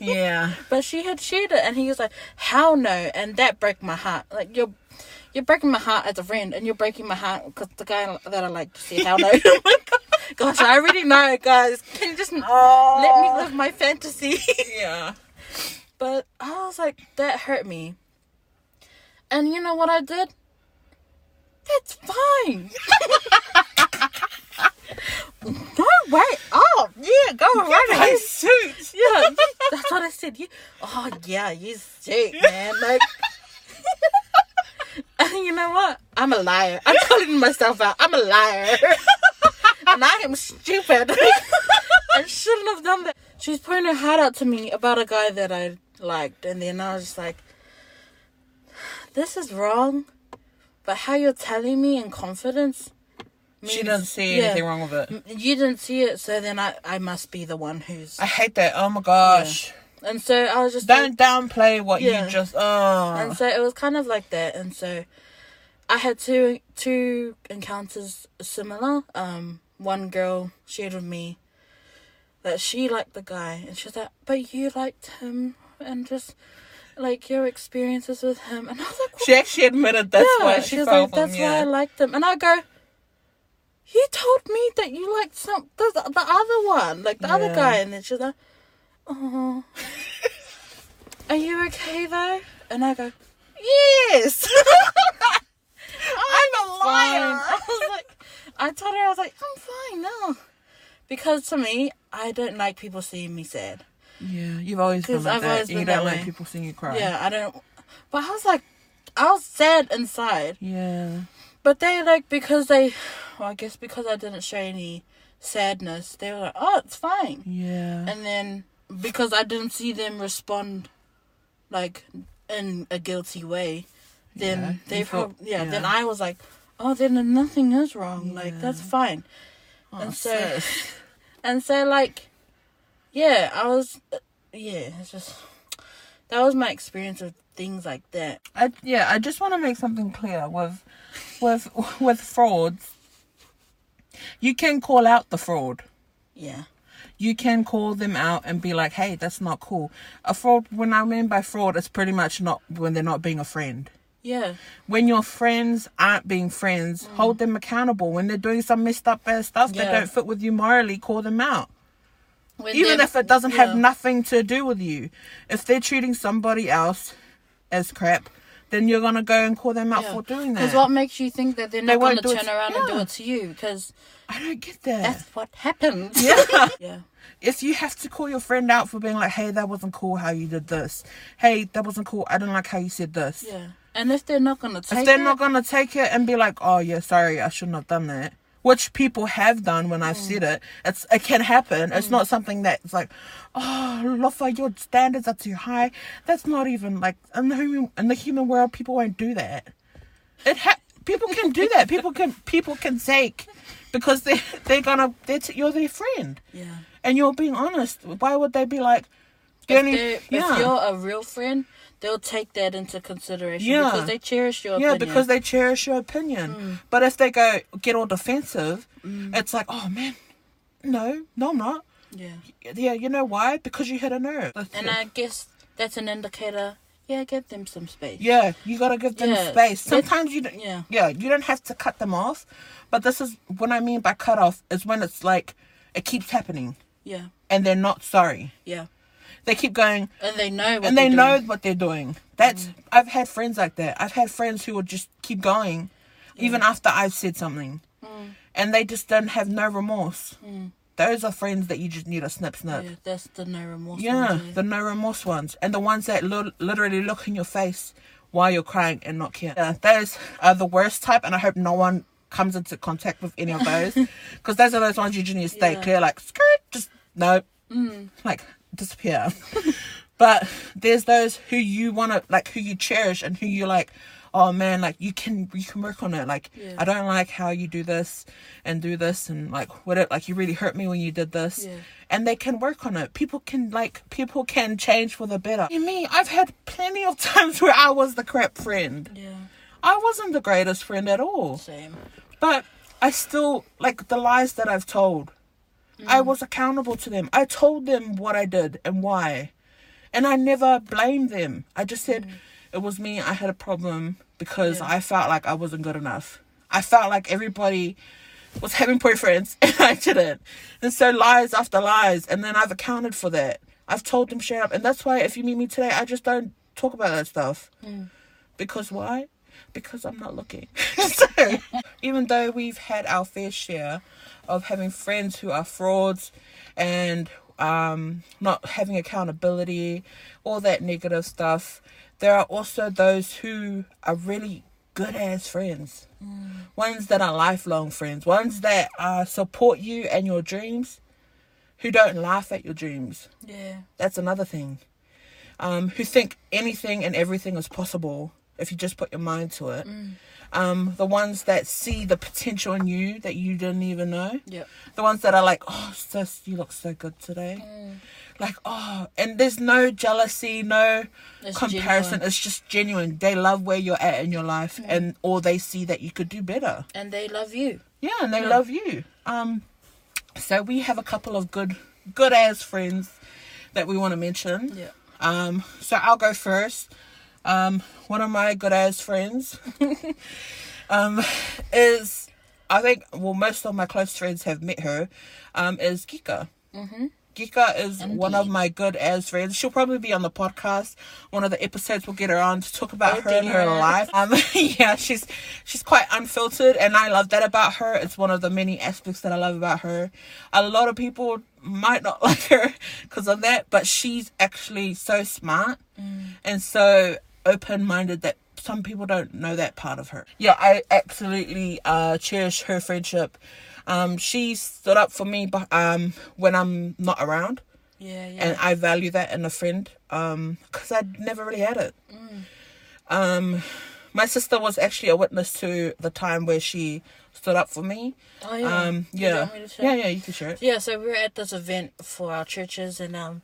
[SPEAKER 1] Yeah.
[SPEAKER 2] but she had shared it, and he was like, "Hell no!" And that broke my heart. Like you're, you're breaking my heart as a friend, and you're breaking my heart because the guy that I like said, "Hell no." Oh Gosh, I already know, guys. Can you just let me live my fantasy?
[SPEAKER 1] Oh. Yeah.
[SPEAKER 2] But I was like, that hurt me. And you know what I did? That's fine. no way up. Yeah, go
[SPEAKER 1] I
[SPEAKER 2] around.
[SPEAKER 1] suit.
[SPEAKER 2] Yeah, you- that's what I said. You, oh yeah, you sick man. Like, and you know what? I'm a liar. I'm calling myself out. I'm a liar, and I am stupid. I shouldn't have done that. She was pouring her heart out to me about a guy that I liked, and then I was just like, "This is wrong." But how you're telling me in confidence?
[SPEAKER 1] She
[SPEAKER 2] means-
[SPEAKER 1] doesn't see
[SPEAKER 2] yeah.
[SPEAKER 1] anything wrong with it.
[SPEAKER 2] You didn't see it, so then I, I must be the one who's
[SPEAKER 1] I hate that. Oh my gosh.
[SPEAKER 2] and so I was just like,
[SPEAKER 1] Don't downplay what
[SPEAKER 2] Yeah.
[SPEAKER 1] you just.
[SPEAKER 2] and
[SPEAKER 1] Oh.
[SPEAKER 2] so it was kind of like that and so I had two two encounters similar. Um one girl shared with me that she liked the guy and she was like, But you liked him and just like your experiences with him and I was like,
[SPEAKER 1] She actually admitted that's
[SPEAKER 2] yeah.
[SPEAKER 1] why she,
[SPEAKER 2] was
[SPEAKER 1] fell
[SPEAKER 2] like,
[SPEAKER 1] for him,
[SPEAKER 2] That's why I
[SPEAKER 1] yeah.
[SPEAKER 2] liked him. And I go, You told me that you liked some the, the the other one, like the other
[SPEAKER 1] Yeah.
[SPEAKER 2] guy. And then she's like, Oh, are you okay though? And I go, Yes.
[SPEAKER 1] I'm a
[SPEAKER 2] fine. I was like, I told her I was like, I'm fine now, because to me, I don't like people seeing me sad.
[SPEAKER 1] Yeah, you've always been
[SPEAKER 2] 'Cause
[SPEAKER 1] like
[SPEAKER 2] I've
[SPEAKER 1] that. and
[SPEAKER 2] always been
[SPEAKER 1] you don't
[SPEAKER 2] that
[SPEAKER 1] like
[SPEAKER 2] way.
[SPEAKER 1] people seeing you cry.
[SPEAKER 2] Yeah, I don't. But I was like, I was sad inside.
[SPEAKER 1] Yeah.
[SPEAKER 2] But they like because they, well, I guess because I didn't show any sadness, they were like, "Oh, it's fine."
[SPEAKER 1] Yeah.
[SPEAKER 2] And then because I didn't see them respond, like in a guilty way, then
[SPEAKER 1] Yeah,
[SPEAKER 2] they
[SPEAKER 1] you felt-
[SPEAKER 2] prob- yeah, Then
[SPEAKER 1] yeah.
[SPEAKER 2] I was like, "Oh, then nothing is wrong. Like that's fine."
[SPEAKER 1] Oh,
[SPEAKER 2] and so
[SPEAKER 1] sis.
[SPEAKER 2] and so like, yeah, I was, yeah, it's just that was my experience of things like that.
[SPEAKER 1] I, yeah, I just want to make something clear with with with frauds. You can call out the fraud.
[SPEAKER 2] Yeah,
[SPEAKER 1] you can call them out and be like, hey, that's not cool. A fraud, when I mean by fraud, it's pretty much not when they're not being a friend.
[SPEAKER 2] yeah,
[SPEAKER 1] When your friends aren't being friends, hold them accountable. When they're doing some messed up uh, stuff that
[SPEAKER 2] Mm. Yeah.
[SPEAKER 1] don't fit with you morally, call them out.
[SPEAKER 2] When
[SPEAKER 1] Even
[SPEAKER 2] they-
[SPEAKER 1] if it doesn't
[SPEAKER 2] yeah.
[SPEAKER 1] have nothing to do with you. If they're treating somebody else as crap, then you're going to go and call them out for doing that.
[SPEAKER 2] Because what makes you think that they're not
[SPEAKER 1] won't
[SPEAKER 2] going to
[SPEAKER 1] do it
[SPEAKER 2] turn
[SPEAKER 1] to-
[SPEAKER 2] around and do
[SPEAKER 1] Yeah.
[SPEAKER 2] it to you? Because
[SPEAKER 1] I don't get that.
[SPEAKER 2] that's what happened. Yeah. yeah.
[SPEAKER 1] if you have to call your friend out for being like, hey, that wasn't cool how you did this. Hey, that wasn't cool. I didn't like how you said this.
[SPEAKER 2] Yeah. And if they're not going to take
[SPEAKER 1] if they're
[SPEAKER 2] it,
[SPEAKER 1] not gonna take it and be like, "Oh yeah, sorry, I shouldn't have done that," which people have done when I've said
[SPEAKER 2] Mm.
[SPEAKER 1] it, it's it can happen. It's not something that's like, "Oh, Lofa, your standards are too high." That's not even like in the human in the human world, people won't do that. It ha- people can do that. People can people can take because they they're gonna they're t- you're their friend
[SPEAKER 2] yeah.
[SPEAKER 1] and you're being honest. Why would they be like?
[SPEAKER 2] If,
[SPEAKER 1] "Gurney,
[SPEAKER 2] they're- if you're a real friend, they'll take that into consideration
[SPEAKER 1] Yeah.
[SPEAKER 2] because they cherish your
[SPEAKER 1] Yeah,
[SPEAKER 2] opinion. Hmm.
[SPEAKER 1] because they cherish your opinion. But if they go get all defensive, it's like, oh man, no, no, I'm not.
[SPEAKER 2] yeah.
[SPEAKER 1] Yeah, you know why? Because you hit a nerve. That's
[SPEAKER 2] And
[SPEAKER 1] it.
[SPEAKER 2] I guess that's an indicator. Yeah, give them some space.
[SPEAKER 1] yeah, you gotta give them
[SPEAKER 2] Yeah,
[SPEAKER 1] space.
[SPEAKER 2] they-
[SPEAKER 1] Sometimes you don't.
[SPEAKER 2] yeah.
[SPEAKER 1] yeah, you don't have to cut them off. But this is what I mean by cut off is when it's like it keeps happening
[SPEAKER 2] Yeah,
[SPEAKER 1] and they're not sorry.
[SPEAKER 2] yeah.
[SPEAKER 1] They keep going,
[SPEAKER 2] And they know what
[SPEAKER 1] and they
[SPEAKER 2] they're
[SPEAKER 1] know
[SPEAKER 2] doing. Mm.
[SPEAKER 1] what they're doing. That's I've had friends like that. I've had friends who would just keep going, even after I've said something,
[SPEAKER 2] Mm.
[SPEAKER 1] and they just don't have no remorse. Those are friends that you just need a snip snip.
[SPEAKER 2] Yeah, that's the no remorse.
[SPEAKER 1] Yeah,
[SPEAKER 2] ones,
[SPEAKER 1] the no remorse ones, and the ones that lo- literally look in your face while you're crying and not care. Yeah, those are the worst type, and I hope no one comes into contact with any of those, because those are those ones you just need to stay
[SPEAKER 2] Yeah. Mm.
[SPEAKER 1] clear. Like, skirt, just no, like disappear. but there's those who you want to like, who you cherish, and who you like. Oh man, like you can you can work on it. Like
[SPEAKER 2] Yeah.
[SPEAKER 1] I don't like how you do this and do this and like what it like you really hurt me when you did this
[SPEAKER 2] Yeah.
[SPEAKER 1] and they can work on it. People can like people can change for the better. You mean I've had plenty of times where I was the crap friend.
[SPEAKER 2] Yeah,
[SPEAKER 1] I wasn't the greatest friend at all.
[SPEAKER 2] same.
[SPEAKER 1] But I still like the lies that I've told. I was accountable to them. I told them what I did and why. And I never blamed them. I just said it was me. I had a problem because
[SPEAKER 2] Yeah.
[SPEAKER 1] I felt like I wasn't good enough. I felt like everybody was having boyfriends and I didn't. And so lies after lies. And then I've accounted for that. I've told them straight up. And that's why if you meet me today, I just don't talk about that stuff. Because why? Because I'm not looking. so, even though we've had our fair share of having friends who are frauds and um, not having accountability, all that negative stuff, there are also those who are really good as friends. Ones that are lifelong friends, ones that uh, support you and your dreams, who don't laugh at your dreams.
[SPEAKER 2] Yeah,
[SPEAKER 1] That's another thing. Um, who think anything and everything is possible if you just put your mind to it.
[SPEAKER 2] Mm.
[SPEAKER 1] Um, the ones that see the potential in you that you didn't even know.
[SPEAKER 2] yep.
[SPEAKER 1] The ones that are like, oh, sis, you look so good today.
[SPEAKER 2] Mm.
[SPEAKER 1] Like, oh, and there's no jealousy, no
[SPEAKER 2] It's
[SPEAKER 1] comparison.
[SPEAKER 2] genuine. Mm.
[SPEAKER 1] It's just genuine. They love where you're at in your life, and or they see that you could do better.
[SPEAKER 2] And they love you.
[SPEAKER 1] Yeah, and they love you. Um, so we have a couple of good, good ass friends that we want to mention.
[SPEAKER 2] Yeah.
[SPEAKER 1] Um, so I'll go first. Um, one of my good ass friends um, is, I think, well, most of my close friends have met her, um, is Kika. Mm-hmm. Kika is one of
[SPEAKER 2] Indeed.
[SPEAKER 1] my good ass friends. She'll probably be on the podcast. One of the episodes we'll get her on to talk about
[SPEAKER 2] Oh,
[SPEAKER 1] her and her
[SPEAKER 2] dear.
[SPEAKER 1] life. Um, yeah, she's she's quite unfiltered, and I love that about her. It's one of the many aspects that I love about her. A lot of people might not like her because of that, but she's actually so smart and so open minded that some people don't know that part of her. Yeah, I absolutely uh, cherish her friendship. Um, she stood up for me but, um, when I'm not around,
[SPEAKER 2] Yeah, yeah.
[SPEAKER 1] and I value that in a friend because I'd never really had it. Um, my sister was actually a witness to the time where she stood up for me.
[SPEAKER 2] oh, yeah.
[SPEAKER 1] Um,
[SPEAKER 2] You
[SPEAKER 1] yeah,
[SPEAKER 2] want me to share?
[SPEAKER 1] yeah, yeah, you can share it.
[SPEAKER 2] Yeah, so we were at this event for our churches, and um,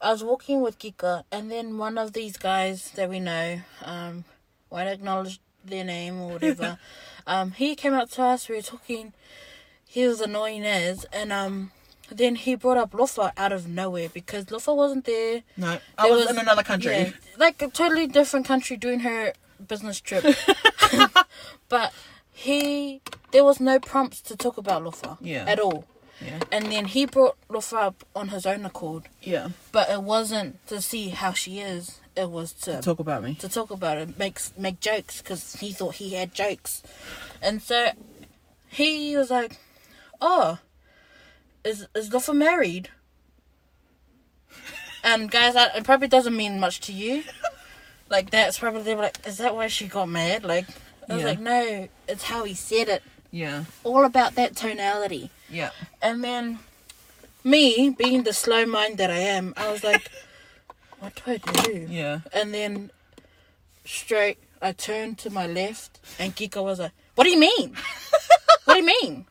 [SPEAKER 2] I was walking with Kika, and then one of these guys that we know, um, won't acknowledge their name or whatever, um, he came up to us. We were talking. He was annoying as, and um, then he brought up Lofa out of nowhere because Lofa wasn't there.
[SPEAKER 1] No, I
[SPEAKER 2] There
[SPEAKER 1] was, in another country.
[SPEAKER 2] yeah, like a totally different country doing her business trip. but he, there was no prompts to talk about Lofa
[SPEAKER 1] Yeah.
[SPEAKER 2] at all.
[SPEAKER 1] Yeah.
[SPEAKER 2] And then he brought Lofa up on his own accord,
[SPEAKER 1] yeah.
[SPEAKER 2] but it wasn't to see how she is. It was to
[SPEAKER 1] Talk about me.
[SPEAKER 2] to talk about it, make make jokes because he thought he had jokes, and so he was like, "Oh, is is Lofa married?" And guys, that it probably doesn't mean much to you. Like that's probably they were like, "Is that why she got mad?" Like I was
[SPEAKER 1] Yeah.
[SPEAKER 2] like, "No, it's how he said it.
[SPEAKER 1] Yeah,
[SPEAKER 2] All about that tonality."
[SPEAKER 1] yeah.
[SPEAKER 2] And then me, being the slow mind that I am, I was like, "What do I do?"
[SPEAKER 1] Yeah.
[SPEAKER 2] And then straight, I turned to my left, and Kika was like, "What do you mean? what do you mean?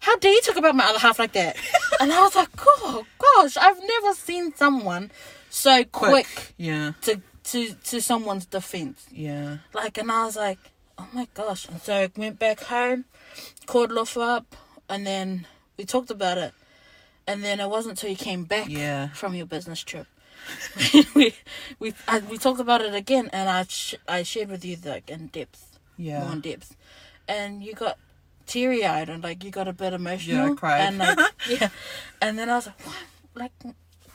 [SPEAKER 2] How dare you talk about my other half like that?" And I was like, "Oh gosh, I've never seen someone so quick,
[SPEAKER 1] Yeah.
[SPEAKER 2] to to to someone's defense.
[SPEAKER 1] Yeah.
[SPEAKER 2] Like, and I was like, oh my gosh. And so I went back home, called Luff up, and then we talked about it. And then it wasn't until you came back
[SPEAKER 1] Yeah.
[SPEAKER 2] from your business trip. we we I, we talked about it again, and I sh- I shared with you like in depth,
[SPEAKER 1] Yeah.
[SPEAKER 2] more in depth, and you got teary eyed and like you got a bit emotional.
[SPEAKER 1] cried.
[SPEAKER 2] And like yeah, and then I was like, what? like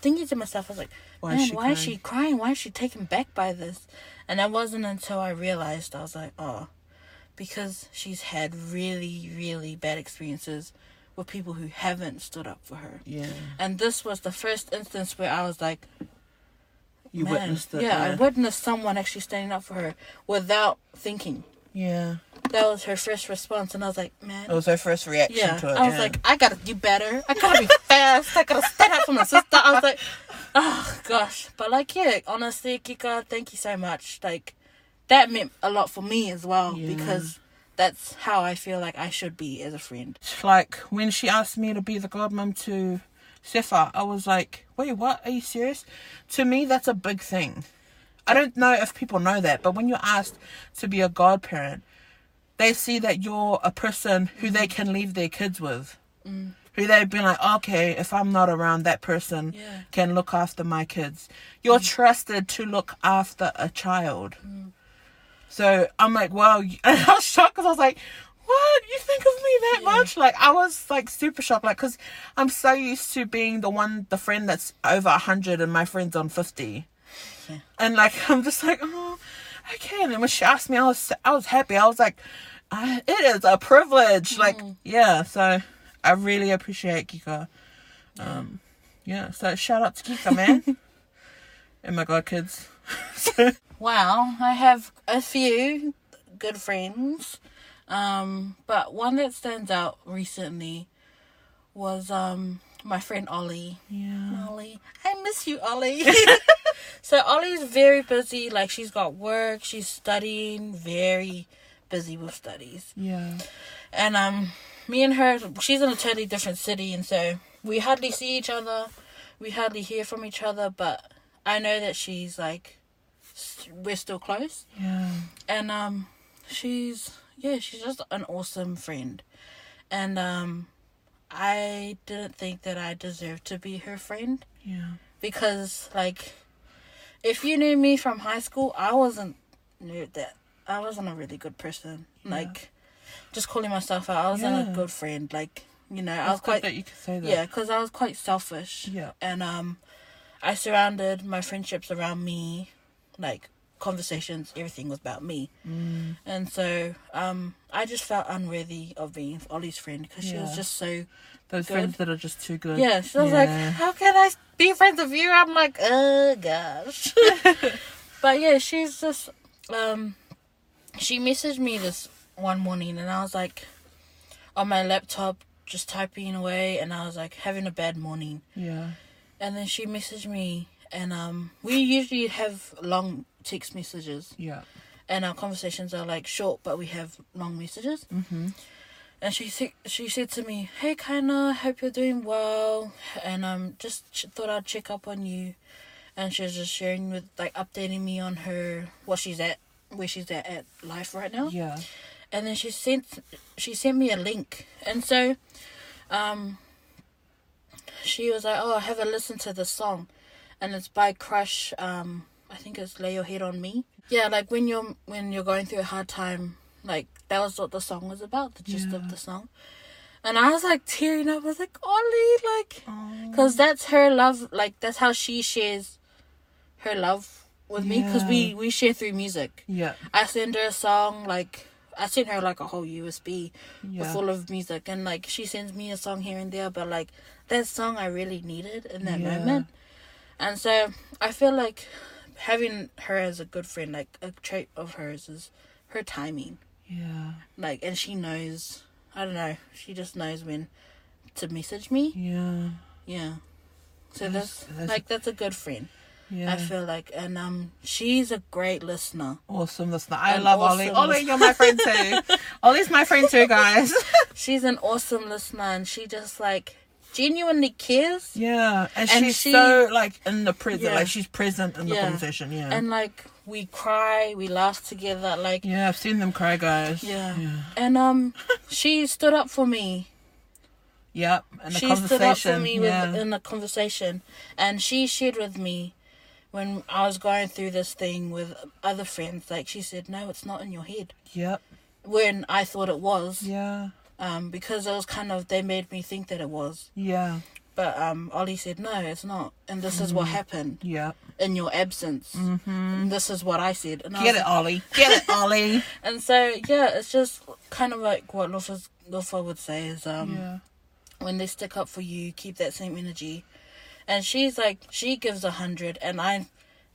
[SPEAKER 2] thinking to myself, I was like,
[SPEAKER 1] Why
[SPEAKER 2] why
[SPEAKER 1] is
[SPEAKER 2] man,
[SPEAKER 1] she
[SPEAKER 2] why is she crying? Why is she taken back by this? And it wasn't until I realized I was like, oh, because she's had really really bad experiences with people who haven't stood up for her.
[SPEAKER 1] Yeah.
[SPEAKER 2] And this was the first instance where I was like,
[SPEAKER 1] You
[SPEAKER 2] Man,
[SPEAKER 1] witnessed it.
[SPEAKER 2] Yeah, I witnessed someone actually standing up for her without thinking.
[SPEAKER 1] yeah.
[SPEAKER 2] That was her first response, and I was like, man.
[SPEAKER 1] It was her first reaction
[SPEAKER 2] yeah,
[SPEAKER 1] to Oh, it.
[SPEAKER 2] I was
[SPEAKER 1] yeah.
[SPEAKER 2] like, I gotta do better. I gotta be fast. I gotta stand up for my sister. I was like, oh gosh. But like, yeah, honestly, Kika, thank you so much. Like, that meant a lot for me as well
[SPEAKER 1] Yeah.
[SPEAKER 2] because that's how I feel like I should be as a friend.
[SPEAKER 1] like when she asked me to be the godmum to Sepha, I was like, wait, what? Are you serious? To me, that's a big thing. I don't know if people know that, but when you're asked to be a godparent, they see that you're a person who they can leave their kids with. Who they've been like, okay, if I'm not around, that person
[SPEAKER 2] Yeah.
[SPEAKER 1] can look after my kids. You're trusted to look after a child. So I'm like, wow. you- And I was shocked because I was like, what? You think of me that much? Like, I was like super shocked. Like, because I'm so used to being the one, the friend that's over 100 and my friend's on 50. And like, I'm just like, oh, okay. And then when she asked me, I was, I was happy. I was like, I, it is a
[SPEAKER 2] Mm.
[SPEAKER 1] privilege. Like, yeah. So I really appreciate Kika. Um, yeah. So shout out to Kika, man. oh my God, kids.
[SPEAKER 2] Wow, I have a few good friends, um, but one that stands out recently was um, my friend Ollie.
[SPEAKER 1] yeah.
[SPEAKER 2] Ollie, I miss you, Ollie. so Ollie's very busy. Like she's got work, she's studying, very busy with studies.
[SPEAKER 1] Yeah.
[SPEAKER 2] And um, me and her, she's in a totally different city, and so we hardly see each other, we hardly hear from each other. But I know that she's like, s- we're still close
[SPEAKER 1] Yeah.
[SPEAKER 2] and um she's yeah she's just an awesome friend and um i didn't think that i deserved to be her friend
[SPEAKER 1] Yeah.
[SPEAKER 2] because like if you knew me from high school i wasn't knew that i wasn't a really good person like just calling myself out i wasn't
[SPEAKER 1] Yeah.
[SPEAKER 2] a good friend like you know i
[SPEAKER 1] That's
[SPEAKER 2] was
[SPEAKER 1] good
[SPEAKER 2] quite
[SPEAKER 1] that you could say that.
[SPEAKER 2] yeah, because I was quite selfish.
[SPEAKER 1] Yeah.
[SPEAKER 2] And um, I surrounded my friendships around me, like conversations, everything was about me. Mm. And so um, I just felt unworthy of being Ollie's friend because she
[SPEAKER 1] Yeah.
[SPEAKER 2] was just so
[SPEAKER 1] Those
[SPEAKER 2] Good.
[SPEAKER 1] friends that are just too good.
[SPEAKER 2] yeah. She was like, how can I be friends with you? I'm like, oh gosh. but yeah, she's just um, she messaged me this one morning, and I was like, on my laptop, just typing away, and I was like having a bad morning
[SPEAKER 1] Yeah.
[SPEAKER 2] and then she messaged me and um we usually have long text messages
[SPEAKER 1] Yeah.
[SPEAKER 2] and our conversations are like short but we have long messages mm-hmm. and she sa- she said to me hey kaina hope you're doing well and um just ch- thought i'd check up on you and she was just sharing with like updating me on her what she's at where she's at at life right now
[SPEAKER 1] Yeah.
[SPEAKER 2] and then she sent she sent me a link and so um she was like oh have a listen to the song and it's by crush um i think it's lay your head on me yeah like when you're when you're going through a hard time like that was what the song was about the gist
[SPEAKER 1] Yeah.
[SPEAKER 2] of the song and i was like tearing up i was like ollie like because that's her love like that's how she shares her love with me 'cause me because
[SPEAKER 1] Yeah.
[SPEAKER 2] we we share through music
[SPEAKER 1] Yeah.
[SPEAKER 2] I send her a song like I sent her like a whole USB
[SPEAKER 1] Yeah.
[SPEAKER 2] full of music and like she sends me a song here and there but like that song I really needed in that
[SPEAKER 1] Yeah.
[SPEAKER 2] moment. And so I feel like having her as a good friend, like a trait of hers is her timing.
[SPEAKER 1] Yeah.
[SPEAKER 2] Like and she knows I don't know, she just knows when to message me.
[SPEAKER 1] Yeah.
[SPEAKER 2] Yeah. So
[SPEAKER 1] That's-
[SPEAKER 2] that's,
[SPEAKER 1] that's-
[SPEAKER 2] like that's a good friend.
[SPEAKER 1] Yeah.
[SPEAKER 2] I feel like and um she's a great listener.
[SPEAKER 1] awesome listener. I
[SPEAKER 2] An
[SPEAKER 1] love Ollie.
[SPEAKER 2] awesome
[SPEAKER 1] Ollie,
[SPEAKER 2] listener.
[SPEAKER 1] you're my friend too. Ollie's my friend too, guys.
[SPEAKER 2] she's an awesome listener and she just like genuinely cares.
[SPEAKER 1] Yeah, and,
[SPEAKER 2] And
[SPEAKER 1] she's
[SPEAKER 2] she-
[SPEAKER 1] so like in the present,
[SPEAKER 2] Yeah.
[SPEAKER 1] like she's present in the
[SPEAKER 2] Yeah.
[SPEAKER 1] conversation. Yeah,
[SPEAKER 2] And like we cry, we laugh together, like
[SPEAKER 1] yeah, I've seen them cry, guys.
[SPEAKER 2] Yeah. And um she stood up for me.
[SPEAKER 1] yep. And the
[SPEAKER 2] she
[SPEAKER 1] conversation,
[SPEAKER 2] stood up for me
[SPEAKER 1] yeah,
[SPEAKER 2] with, in the conversation and she shared with me when I was going through this thing with other friends like she said no it's not in your head
[SPEAKER 1] yep,
[SPEAKER 2] when I thought it was
[SPEAKER 1] yeah,
[SPEAKER 2] um because it was kind of they made me think that it was
[SPEAKER 1] yeah,
[SPEAKER 2] but um Ollie said no it's not and this is what
[SPEAKER 1] Mm.
[SPEAKER 2] happened
[SPEAKER 1] yep.
[SPEAKER 2] in your absence mm-hmm. and this is what I said and I
[SPEAKER 1] Get
[SPEAKER 2] was
[SPEAKER 1] it, Ollie. Get it, Ollie.
[SPEAKER 2] And so yeah, it's just kind of like what Lufa Lufa would say is um
[SPEAKER 1] yeah,
[SPEAKER 2] when they stick up for you, keep that same energy. And she's like she gives a hundred, and I'm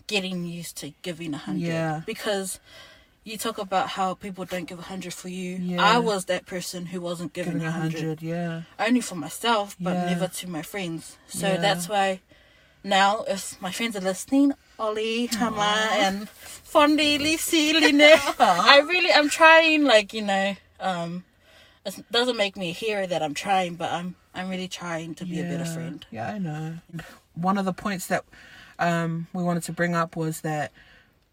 [SPEAKER 2] getting used to giving a hundred
[SPEAKER 1] Yeah.
[SPEAKER 2] because you talk about how people don't give a hundred for you.
[SPEAKER 1] Yeah.
[SPEAKER 2] I was that person who wasn't giving
[SPEAKER 1] giving
[SPEAKER 2] a
[SPEAKER 1] a
[SPEAKER 2] hundred
[SPEAKER 1] hundred. Yeah,
[SPEAKER 2] only for myself, but
[SPEAKER 1] Yeah.
[SPEAKER 2] never to my friends. So
[SPEAKER 1] Yeah.
[SPEAKER 2] that's why now, if my friends are listening, Ollie, Hama, and Fondi, Lisi, Lina, I really, I'm trying, like, you know, um, it doesn't make me a hero that I'm trying, but I'm, I'm really trying to be a better
[SPEAKER 1] Yeah.
[SPEAKER 2] friend.
[SPEAKER 1] Yeah, I know. One of the points that um, we wanted to bring up was that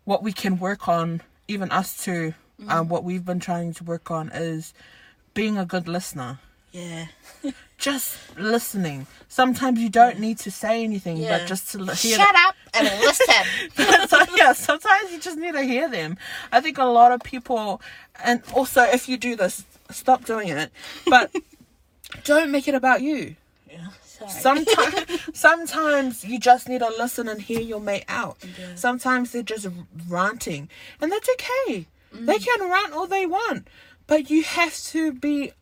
[SPEAKER 1] what we can work on, even us two,
[SPEAKER 2] Mm-hmm.
[SPEAKER 1] um, what we've been trying to work on is being a good listener.
[SPEAKER 2] Yeah.
[SPEAKER 1] Just listening. Sometimes you don't need to say anything,
[SPEAKER 2] Yeah.
[SPEAKER 1] but just to li- hear.
[SPEAKER 2] Shut up and listen.
[SPEAKER 1] so yeah, sometimes you just need to hear them. I think a lot of people, and also if you do this, stop doing it, but don't make it about you.
[SPEAKER 2] yeah, sorry.
[SPEAKER 1] Sometimes, sometimes you just need to listen and hear your mate out.
[SPEAKER 2] Yeah.
[SPEAKER 1] Sometimes they're just ranting, and that's okay. They
[SPEAKER 2] Mm.
[SPEAKER 1] can rant all they want, but you have to be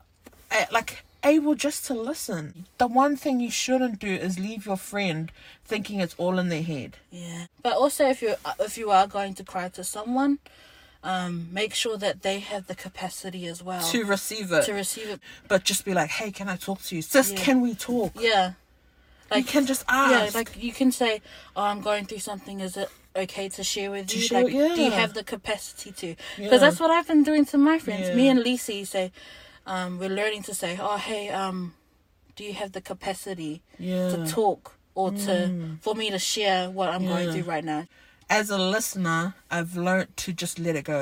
[SPEAKER 1] uh, like able just to listen. The one thing you shouldn't do is leave your friend thinking it's all in their head.
[SPEAKER 2] Yeah. But also, if you uh, if you are going to cry to someone, um, make sure that they have the capacity as well
[SPEAKER 1] To receive it,
[SPEAKER 2] Oh. to receive it.
[SPEAKER 1] but just be like, "Hey, can I talk to you? Sis,
[SPEAKER 2] Yeah.
[SPEAKER 1] can we talk?
[SPEAKER 2] Yeah.
[SPEAKER 1] you can just
[SPEAKER 2] Yeah,
[SPEAKER 1] ask."
[SPEAKER 2] like you can say, "Oh, I'm going through something. Is it okay to share with you?
[SPEAKER 1] share-
[SPEAKER 2] like, do you
[SPEAKER 1] yeah.
[SPEAKER 2] have the capacity to?" Because
[SPEAKER 1] Yeah.
[SPEAKER 2] that's what I've been doing to my friends. Me
[SPEAKER 1] Yeah.
[SPEAKER 2] and Lisi say, um, we're learning to say, "Oh, hey, um, do you have the capacity
[SPEAKER 1] Yeah. Mm.
[SPEAKER 2] to talk or to for me to share what I'm going
[SPEAKER 1] Yeah.
[SPEAKER 2] through right now?"
[SPEAKER 1] as a listener, I've learnt to just let it go.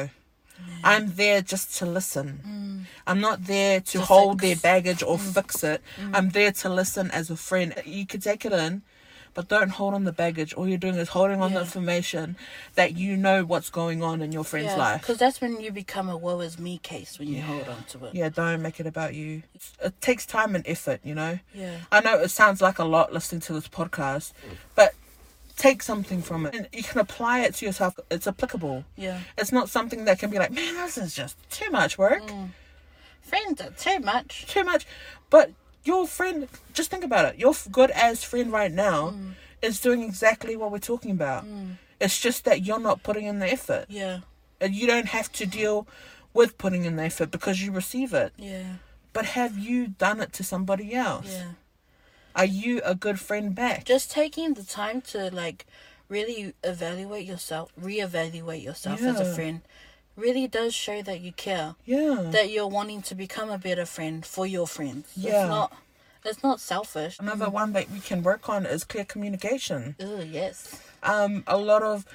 [SPEAKER 1] I'm there just to listen. I'm not there to
[SPEAKER 2] Mm. To
[SPEAKER 1] hold
[SPEAKER 2] fix. Mm.
[SPEAKER 1] their baggage or fix it. I'm there to listen as a friend. You can take it in, but don't hold on the baggage. All you're doing is holding on the
[SPEAKER 2] Yeah.
[SPEAKER 1] information that you know what's going on in your friend's
[SPEAKER 2] Yeah,
[SPEAKER 1] life.
[SPEAKER 2] because that's when you become a "woe is me" case when you hold on to it.
[SPEAKER 1] Yeah, don't make it about you. It takes time and effort, you know?
[SPEAKER 2] Yeah.
[SPEAKER 1] I know it sounds like a lot listening to this podcast, but take something from it and you can apply it to yourself. It's applicable.
[SPEAKER 2] Yeah.
[SPEAKER 1] It's not something that can be like, man, this is just too much work,
[SPEAKER 2] Friends are too much.
[SPEAKER 1] too much. But your friend, just think about it. Your f- good as friend right now
[SPEAKER 2] Mm.
[SPEAKER 1] is doing exactly what we're talking about. It's just that you're not putting in the effort.
[SPEAKER 2] Yeah.
[SPEAKER 1] And you don't have to deal with putting in the effort because you receive it.
[SPEAKER 2] Yeah.
[SPEAKER 1] But have you done it to somebody else?
[SPEAKER 2] Yeah.
[SPEAKER 1] Are you a good friend back?
[SPEAKER 2] just taking the time to like really evaluate yourself reevaluate yourself as a
[SPEAKER 1] Yeah.
[SPEAKER 2] friend really does show that you care
[SPEAKER 1] yeah.
[SPEAKER 2] that you're wanting to become a better friend for your friends
[SPEAKER 1] Yeah.
[SPEAKER 2] it's not it's not selfish
[SPEAKER 1] Another one that we can work on is clear communication.
[SPEAKER 2] oh yes
[SPEAKER 1] um, a lot of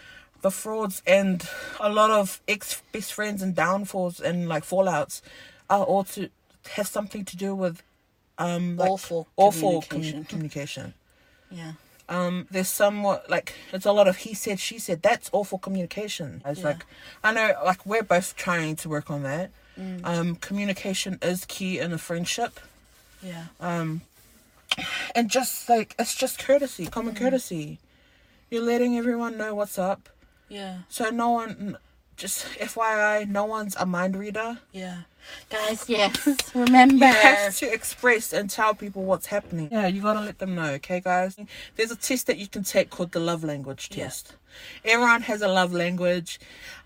[SPEAKER 1] the frauds and a lot of ex best friends and downfalls and like fallouts are all to have something to do with um like,
[SPEAKER 2] Awful
[SPEAKER 1] awful
[SPEAKER 2] communication.
[SPEAKER 1] commu- communication.
[SPEAKER 2] yeah
[SPEAKER 1] Um, there's somewhat like it's a lot of he said she said. That's awful communication. It's
[SPEAKER 2] Yeah.
[SPEAKER 1] like I know like we're both trying to work on that. Um, communication is key in a friendship
[SPEAKER 2] yeah
[SPEAKER 1] Uh, and just like it's just courtesy, common courtesy. You're letting everyone know what's up.
[SPEAKER 2] yeah
[SPEAKER 1] So no one, just FYI, no one's a mind reader.
[SPEAKER 2] yeah guys yes remember
[SPEAKER 1] You have to express and tell people what's happening. Yeah, you gotta let them know, okay, guys? There's a test that you can take called the love language
[SPEAKER 2] Yeah.
[SPEAKER 1] test. Everyone has a love language,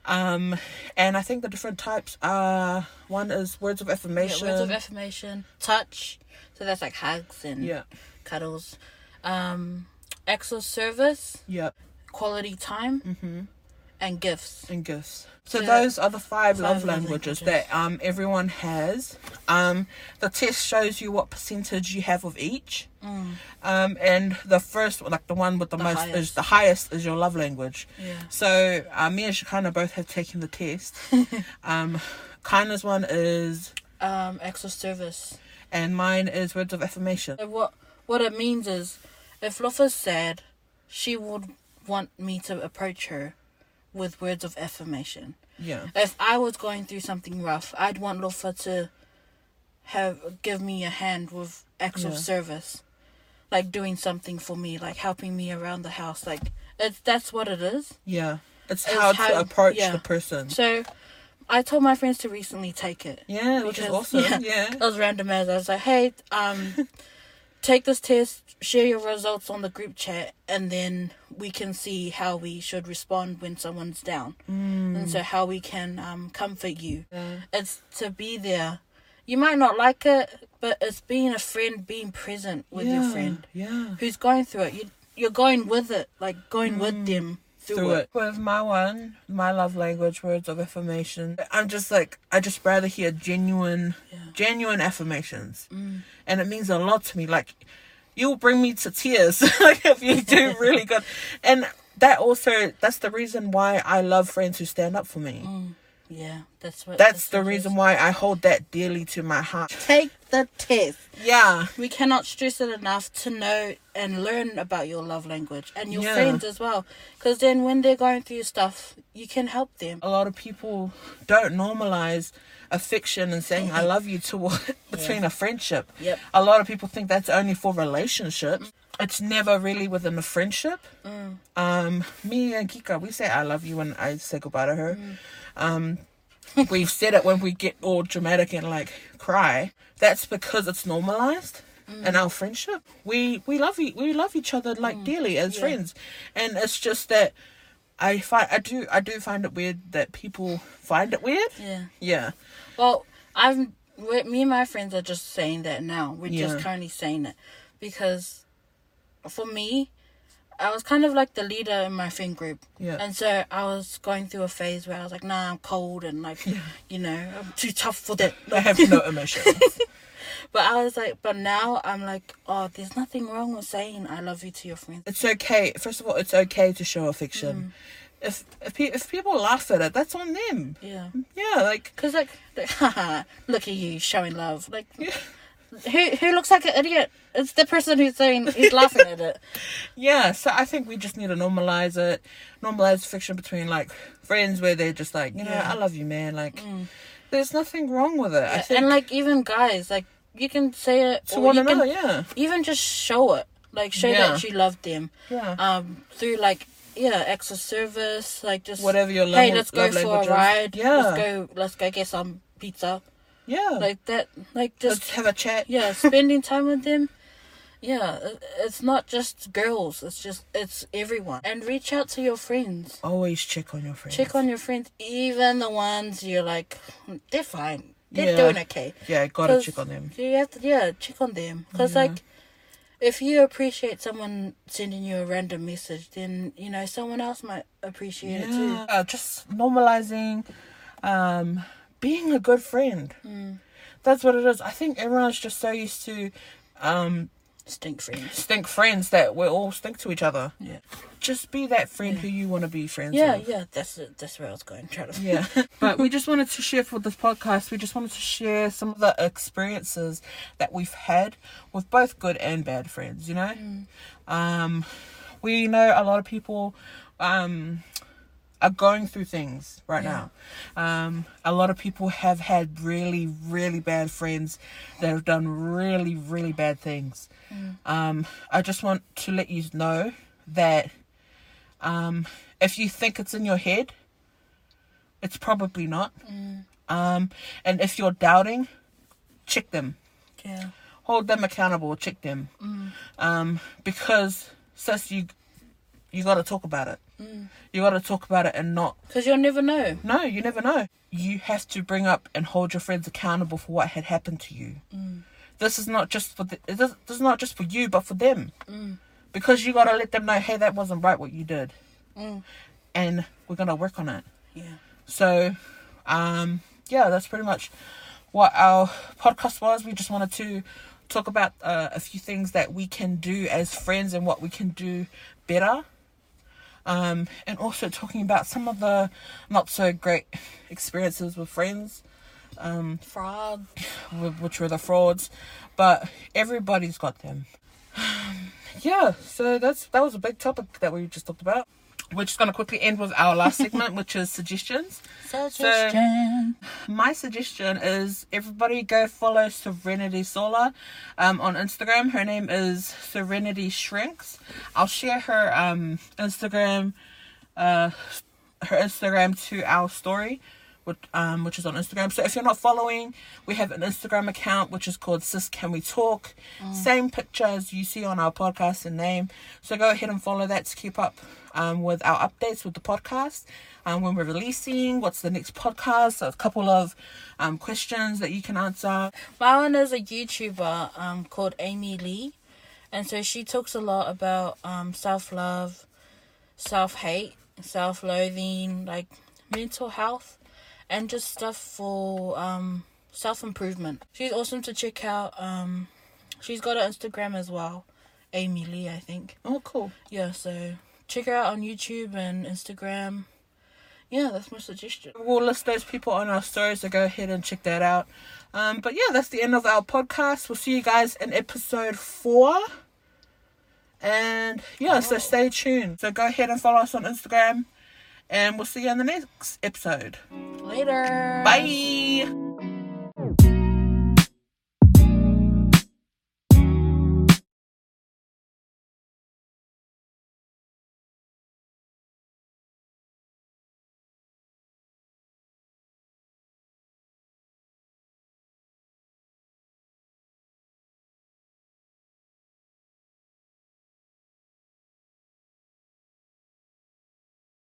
[SPEAKER 1] um, and I think the different types are one is words of
[SPEAKER 2] Yeah,
[SPEAKER 1] affirmation.
[SPEAKER 2] words of affirmation touch so that's like hugs and
[SPEAKER 1] Yeah.
[SPEAKER 2] cuddles um acts of service
[SPEAKER 1] yeah, Mm-hmm.
[SPEAKER 2] quality time and gifts.
[SPEAKER 1] and gifts. So
[SPEAKER 2] So
[SPEAKER 1] those are the five, love
[SPEAKER 2] love
[SPEAKER 1] languages,
[SPEAKER 2] languages.
[SPEAKER 1] that um everyone has. Um, the test shows you what percentage you have of each. Um, and the first one, like the one with the,
[SPEAKER 2] Mm. The
[SPEAKER 1] most, is
[SPEAKER 2] highest.
[SPEAKER 1] the highest is your love language.
[SPEAKER 2] Yeah.
[SPEAKER 1] So uh, me and Shekinah both have taken the test. um, Kina's one is,
[SPEAKER 2] Um, acts of service.
[SPEAKER 1] and mine is words of affirmation.
[SPEAKER 2] So what what it means is, if Loffa's sad, she would want me to approach her with words of affirmation.
[SPEAKER 1] Yeah.
[SPEAKER 2] If I was going through something rough, I'd want Lofa to have give me a hand with acts of
[SPEAKER 1] Yeah.
[SPEAKER 2] service, like doing something for me, like helping me around the house. Like it's that's what it is.
[SPEAKER 1] Yeah. It's
[SPEAKER 2] It's
[SPEAKER 1] how, to
[SPEAKER 2] how-
[SPEAKER 1] approach
[SPEAKER 2] yeah.
[SPEAKER 1] the person.
[SPEAKER 2] So I told my friends to recently take it.
[SPEAKER 1] Yeah, which is
[SPEAKER 2] Because-
[SPEAKER 1] awesome. Yeah.
[SPEAKER 2] That was random as I was like, hey, um, take this test, share your results on the group chat, and then we can see how we should respond when someone's down. Mm. And so how we can um, comfort you. It's to be there. You might not like it, but it's being a friend, being present with your
[SPEAKER 1] Yeah,
[SPEAKER 2] friend
[SPEAKER 1] Yeah.
[SPEAKER 2] who's going through it. You, you're going with it, like going with them through,
[SPEAKER 1] Mm. through
[SPEAKER 2] it.
[SPEAKER 1] it. With my one, my love language, words of affirmation. I'm just like I just rather hear genuine, genuine affirmations, and it means a lot to me. Like you'll bring me to tears like if you do really good, and that also that's the reason why I love friends who stand up for me.
[SPEAKER 2] Yeah, that's what.
[SPEAKER 1] Mm. That's the
[SPEAKER 2] what it is.
[SPEAKER 1] reason why I hold that dearly to my heart.
[SPEAKER 2] Take the test.
[SPEAKER 1] Yeah,
[SPEAKER 2] we cannot stress it enough to know and learn about your love language and your
[SPEAKER 1] Yeah.
[SPEAKER 2] friends as well because then when they're going through stuff you can help them
[SPEAKER 1] a lot of people don't normalize affection and saying I love you to between a friendship.
[SPEAKER 2] Yep.
[SPEAKER 1] A lot of people think that's only for relationships. It's never really within a friendship. Um, me and Kika, we say I love you when I say goodbye to her. Um, we've said it when we get all dramatic and like cry. That's because it's normalized.
[SPEAKER 2] Mm.
[SPEAKER 1] in our friendship, we we love e- we love each other like dearly as friends, and it's just that I find I do I do find it weird that people find it weird.
[SPEAKER 2] yeah
[SPEAKER 1] Yeah.
[SPEAKER 2] well i'm we- me and my friends are just saying that now we're
[SPEAKER 1] Yeah.
[SPEAKER 2] just currently saying it because for me i was kind of like the leader in my friend group
[SPEAKER 1] Yeah.
[SPEAKER 2] and so i was going through a phase where i was like nah i'm cold and like you know i'm too tough for that
[SPEAKER 1] I have no emotion.
[SPEAKER 2] but i was like but now i'm like oh there's nothing wrong with saying i love you to your friends
[SPEAKER 1] it's okay. First of all, it's okay to show
[SPEAKER 2] Mm.
[SPEAKER 1] affection. If if, pe- if people laugh at it, that's on them.
[SPEAKER 2] yeah
[SPEAKER 1] Yeah, like
[SPEAKER 2] Cause like, like haha, look at you showing love. Like, who who looks like an idiot? It's the person who's saying he's laughing at it.
[SPEAKER 1] yeah. So I think we just need to normalize it, normalize fiction between like friends where they're just like, you know,
[SPEAKER 2] Yeah. Mm.
[SPEAKER 1] I love you, man. Like, there's nothing wrong with it. I think
[SPEAKER 2] And like even guys, like you can say it
[SPEAKER 1] to
[SPEAKER 2] or
[SPEAKER 1] one
[SPEAKER 2] you can
[SPEAKER 1] another, yeah,
[SPEAKER 2] even just show it. Like show
[SPEAKER 1] Yeah.
[SPEAKER 2] that you love them.
[SPEAKER 1] yeah.
[SPEAKER 2] Um, through like yeah, acts of service, like just
[SPEAKER 1] Whatever your
[SPEAKER 2] Hey,
[SPEAKER 1] langu-
[SPEAKER 2] let's go
[SPEAKER 1] love
[SPEAKER 2] for
[SPEAKER 1] language
[SPEAKER 2] a
[SPEAKER 1] is.
[SPEAKER 2] ride.
[SPEAKER 1] Yeah.
[SPEAKER 2] let's go. Let's go get some pizza.
[SPEAKER 1] yeah.
[SPEAKER 2] Like that. Like just
[SPEAKER 1] Let's have a chat.
[SPEAKER 2] yeah, spending time with them. Yeah, it- it's not just girls. It's just it's everyone. And reach out to your friends.
[SPEAKER 1] Always check on your friends.
[SPEAKER 2] Check on your friends, even the ones you're like, "Hmm, they're fine. They're
[SPEAKER 1] Yeah.
[SPEAKER 2] doing okay.
[SPEAKER 1] Yeah, gotta
[SPEAKER 2] 'Cause
[SPEAKER 1] check on them.
[SPEAKER 2] You have to, yeah, check on them. Cause like, if you appreciate someone sending you a random message, then you know someone else might appreciate it too.
[SPEAKER 1] Yeah, uh, just normalizing, um, being a good friend.
[SPEAKER 2] Mm.
[SPEAKER 1] That's what it is. I think everyone's just so used to um,
[SPEAKER 2] Stink friends.
[SPEAKER 1] stink friends that we all stink to each other.
[SPEAKER 2] Yeah.
[SPEAKER 1] Just be that friend who you want to be friends
[SPEAKER 2] Yeah,
[SPEAKER 1] with.
[SPEAKER 2] yeah. That's it. That's where I was going. Trying to.
[SPEAKER 1] Yeah. but we just wanted to share for this podcast, we just wanted to share some of the experiences that we've had with both good and bad friends, you know? Um, we know a lot of people um, are going through things right now. Um, a lot of people have had really, really bad friends that have done really, really bad things. Um, I just want to let you know that um, if you think it's in your head, it's probably not. Um, and if you're doubting, check them.
[SPEAKER 2] Yeah.
[SPEAKER 1] Hold them accountable. Check them. Um, because sis, you you got to talk about it. You got to talk about it and not.
[SPEAKER 2] Cause you'll never know.
[SPEAKER 1] No, you never know. You have to bring up and hold your friends accountable for what had happened to you. This is not just for the, this, this is not just for you, but for them. Because you got to let them know, hey, that wasn't right what you did. and we're gonna work on it.
[SPEAKER 2] Yeah.
[SPEAKER 1] So, um, yeah, that's pretty much what our podcast was. We just wanted to talk about uh, a few things that we can do as friends and what we can do better. Um, and also talking about some of the not so great experiences with friends,
[SPEAKER 2] Fraud.
[SPEAKER 1] wh- which were the frauds, but everybody's got them. yeah, so that's that was a big topic that we just talked about. We're just gonna quickly end with our last segment, which is suggestions.
[SPEAKER 2] Suggestion.
[SPEAKER 1] my suggestion is everybody go follow Serenity Solar um, on Instagram. Her name is Serenity Shrinks. I'll share her um, Instagram, uh, her Instagram to our story, which um, which is on Instagram. So if you're not following, we have an Instagram account which is called Sis Can We Talk. Same picture as you see on our podcast and name. So go ahead and follow that to keep up um, with our updates with the podcast, um, when we're releasing, what's the next podcast, so a couple of um, questions that you can answer.
[SPEAKER 2] My one is a YouTuber um called Amy Lee, and so she talks a lot about um self love, self hate, self loathing, like mental health, and just stuff for um self improvement. She's awesome to check out. Um, she's got an Instagram as well, Amy Lee, I think.
[SPEAKER 1] Oh, cool.
[SPEAKER 2] Yeah, so check her out on YouTube and Instagram. Yeah, that's my suggestion.
[SPEAKER 1] We'll list those people on our story, so go ahead and check that out. Um, but yeah, that's the end of our podcast. We'll see you guys in episode four. And yeah, so stay tuned. So go ahead and follow us on Instagram, and we'll see you in the next episode.
[SPEAKER 2] Later.
[SPEAKER 1] Bye.